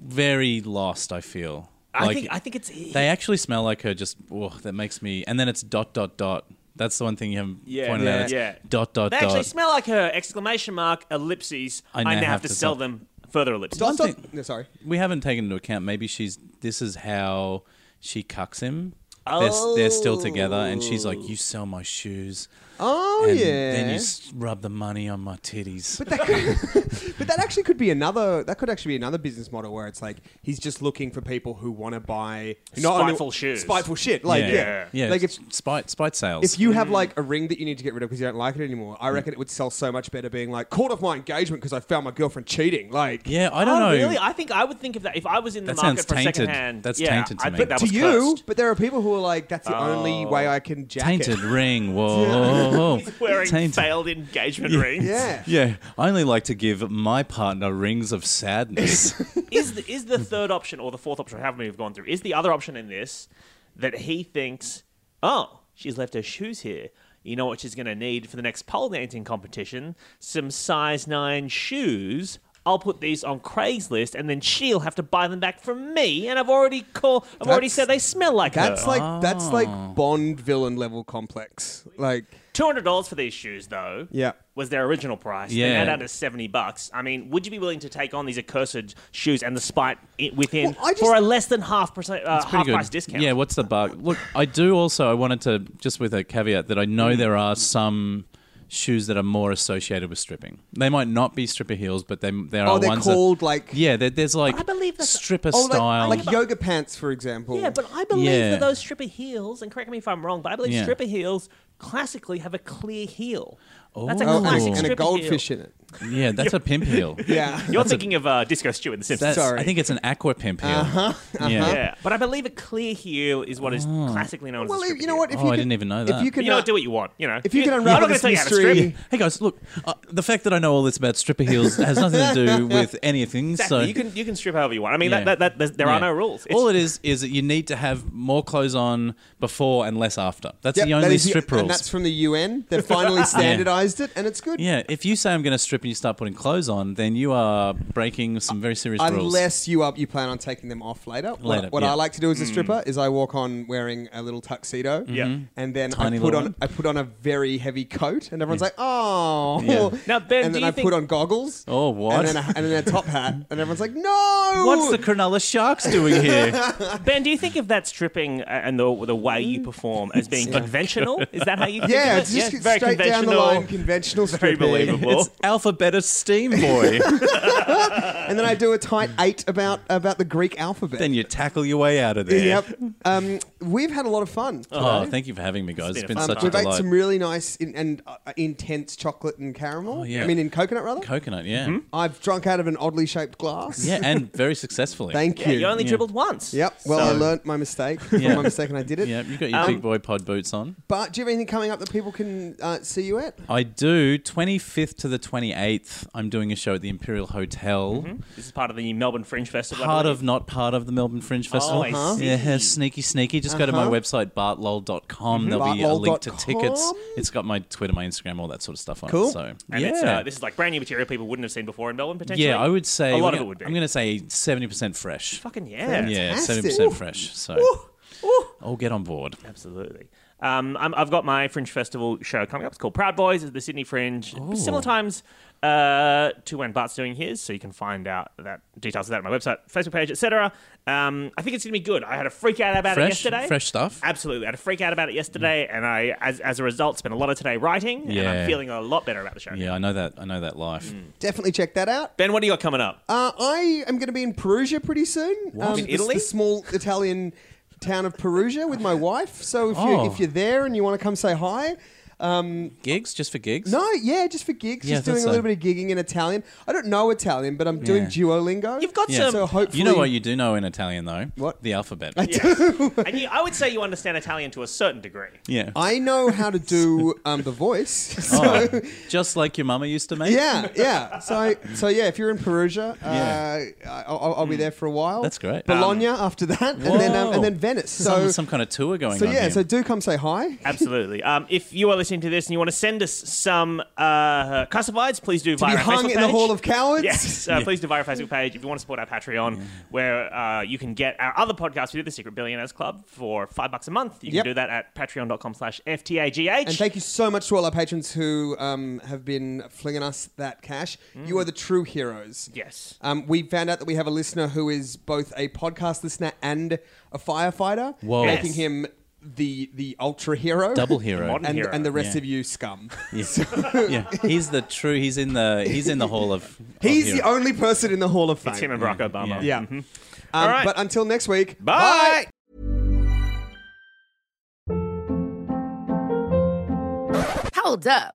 very lost. I feel.
I
Like,
think I think it's
they actually smell like her. Just oh, that makes me. And then it's dot dot dot. That's the one thing you haven't
Yeah,
pointed
yeah.
out. It's
yeah.
Dot dot
They
dot.
actually smell like her! Exclamation mark, ellipses. I now, have, to sell them further ellipses.
Dot,
One
dot- No, sorry.
we haven't taken into account. Maybe she's. This is how she cucks him. They're, s- they're still together, and she's like, "You sell my shoes,
Oh,
and
yeah.
then you s- rub the money on my titties."
But that, could, but that actually could be another. That could actually be another business model where it's like he's just looking for people who want to buy
Spiteful shoes.
spiteful shit. Like yeah,
yeah, yeah.
Like
it's
if
spite spite sales.
if you have like a ring that you need to get rid of because you don't like it anymore,
Mm.
I reckon it would sell so much better. Being like caught off my engagement because I found my girlfriend cheating. Like
yeah, I don't
oh,
know.
Really? I think I would think of that if I was in the
That
market
sounds
for
tainted.
secondhand.
That's
yeah,
tainted to
I
me.
think that
to
was
you,
cursed.
but there are people who are like that's the only way I can jack
Oh, Tainted
it.
ring. Whoa.
wearing
Tainted.
failed engagement rings.
[LAUGHS] Yeah.
[LAUGHS] Yeah, I only like to give my partner rings of sadness.
is the, is
[LAUGHS]
the third option or the fourth option, however many we've gone through, is the other option in this that he thinks, oh, she's left her shoes here. You know what she's going to need for the next pole dancing competition? Some size nine shoes. I'll put these on Craigslist, and then she'll have to buy them back from me. And I've already call, I've already
That's-
said they smell like
That's
her.
like that's
Oh.
like Bond villain level complex. Like
Two hundred dollars for these shoes, though.
Yeah.
was their original price.
Yeah.
they add that is seventy bucks. I mean, would you be willing to take on these accursed shoes and the spite i- within
Well, I just-
for a less than half percent uh, half price discount?
Yeah, what's the bug? Look, I do also, I wanted to, just with a caveat, that I know there are some shoes that are more associated with stripping. They might not be stripper heels, but they, there
oh,
are
they're
ones
called like
that. Yeah, there, there's like
I believe that's-
stripper
oh,
style.
like, like yoga pants for example.
Yeah, but I believe
Yeah.
that those stripper heels, and correct me if I'm wrong, but I believe
Yeah.
stripper heels classically have a clear heel. That's a
Oh.
Oh,
classic
and, and
stripper
a goldfish
heel.
[LAUGHS]
in it.
yeah, that's a pimp heel.
Yeah.
You're thinking of uh, Disco Stew in The Simpsons.
That's,
Sorry.
I think it's an aqua pimp heel. Uh-huh, Yeah.
yeah, but I believe a clear heel is what is classically known
Well,
as. a stripper
you know
heel.
what? If
Oh,
you
I
can-
didn't even know
If
that.
you can,
You know,
uh,
what, do what you want. You know,
if you can
I'm
unravel
not going
this
to tell you how to strip.
mystery,
Hey guys, look, uh, the fact that I know all this about stripper heels has nothing to do with anything.
Exactly.
So
you can you can strip however you want. I mean, that,
Yeah.
that, that, there's- there
Yeah.
are no rules. It's-
All it is is that you need to have more clothes on before and less after. That's
yep,
the
that
only
is
strip
and
rules.
that's from the UN.
[LAUGHS]
They've finally standardized it, and it's good.
yeah, if you say I'm going to strip and you start putting clothes on, then you are breaking some very serious rules.
Unless you up, you plan on taking them off later. What-
Later,
what
yeah.
I like to do as a stripper is I walk on wearing a little tuxedo,
Mm. Yeah. Mhm.
and then
Mm-hmm. Tiny
I put
little
on
one.
I put on a very heavy coat, and everyone's like, "Oh!" [LAUGHS]
Yeah.
Now, Ben, do
and then
you
I
think-
put on goggles.
Oh, what?
And then, a, and then a top
[LAUGHS]
hat, and everyone's like, "No!"
What's the Cronulla Sharks doing here?
Ben, do you think of that stripping uh, and the, the way you perform as [LAUGHS] being conventional? Is that how you think
yeah,
[LAUGHS] of it?
it's just straight down the line, conventional
Very
stripping.
believable.
it's Alpha Beta Steam Boy.
And then I do a tight eight about about the Greek alphabet.
then you tackle your way out of
[LAUGHS]
there.
Yep. Um, we've had a lot of fun.
Oh, thank you for having me, guys. It's
been
been,
a fun
such a
Um, We've ate
delight.
some really nice in, and uh, intense chocolate and caramel.
Oh, yeah.
I mean, in coconut rather.
Coconut, yeah.
I've drunk out of an oddly shaped glass.
Yeah, and very successfully.
Thank
Yeah,
you.
you only dribbled once.
Yep. Well, I
So-
learnt my mistake.
[LAUGHS] Yeah.
From my mistake, and I did it.
Yeah, you
Um,
got your big boy pod boots on.
But do you have anything coming up that people can uh, see you at?
I do. 25th to the 28th, I'm doing a show at the Imperial Hotel.
This is part of Mm-hmm. the Melbourne Fringe Festival. I
Part
believe.
of, not part of the Melbourne Fringe Festival.
I Uh-huh. see.
Yeah, sneaky, sneaky. Just go to my
Uh-huh.
website, bartlol.com.
Mm-hmm.
There'll be a link to tickets.
bartlol.com?
It's got my Twitter, my Instagram, all that sort of stuff on
Cool.
it. So,
And
yeah.
it's, uh, this is like brand new material people wouldn't have seen before in Melbourne, potentially.
yeah, I would say
A lot
we're
of it
gonna-
would be.
I'm going to say 70% fresh.
Fucking yeah.
yeah,
Fantastic.
70%
Ooh.
fresh. So,
Ooh.
I'll get on board.
Absolutely. Um, I'm, I've got my Fringe Festival show coming up. It's called Proud Boys at the Sydney Fringe. Similar times uh, to when Bart's doing his, so you can find out that details of that on my website, Facebook page, etc. Um, I think it's going to be good. I had a freak out about it
Fresh,
yesterday.
fresh stuff.
Absolutely. I had a freak out about it yesterday, and I, as, as a result, spent a lot of today writing, and I'm
Yeah.
feeling a lot better about the show.
Yeah, I know that. I know that life.
Mm.
Definitely check that out.
Ben, what do you got coming up?
Uh, I am going to be in Perugia pretty soon. What?
In Italy?
The small Italian town of Perugia with my wife. So if,
Oh.
you, if you're there and you want to come say hi, Um,
gigs just for gigs.
no, yeah, just for gigs.
Yeah,
just
I
doing
thought
a
so.
little bit of gigging in Italian. I don't know Italian, but I'm doing
Yeah.
Duolingo.
You've got
Yeah.
some.
so hopefully
You know what you do know in Italian though?
What?
the alphabet?
and you, I would say you understand Italian to a certain degree.
yeah.
I know how to
[LAUGHS]
do um, the voice. So
Oh, just like your mama used to make.
[LAUGHS] yeah, yeah. So so yeah, if you're in Perugia, uh,
Yeah. Mm.
I'll, I'll- I'll be there for a while.
That's great.
Bologna after that, and then um, and then Venice.
Some,
So
some kind of tour going
so
on.
yeah,
here.
so do come say hi.
Absolutely. Um, if you are listening to this and you want to send us some uh, classifieds, please do via
Be
our
hung
Facebook
in the
page. [LAUGHS]
hall of cowards.
Yes, uh, please do via our Facebook page if you want to support our Patreon, where uh, you can get our other podcast we do, The Secret Billionaires Club, for five bucks a month. You
Yep.
can do that at patreon.com slash FTAGH.
And thank you so much to all our patrons who um, have been flinging us that cash.
Mm.
You are the true heroes.
yes.
Um, we found out that we have a listener who is both a podcast listener and a firefighter,
Whoa.
making
Yes.
him the the ultra hero, [LAUGHS]
double hero.
Modern-
and
hero.
and the rest
[LAUGHS] Yeah.
of you scum.
yeah, he's the true. He's in the. He's in the hall of. of
He's
hero.
the only person in the Hall of Fame.
Tim and Barack Obama.
Yeah.
Yeah. Um,
All right.
But until next week.
Bye.
Hold up.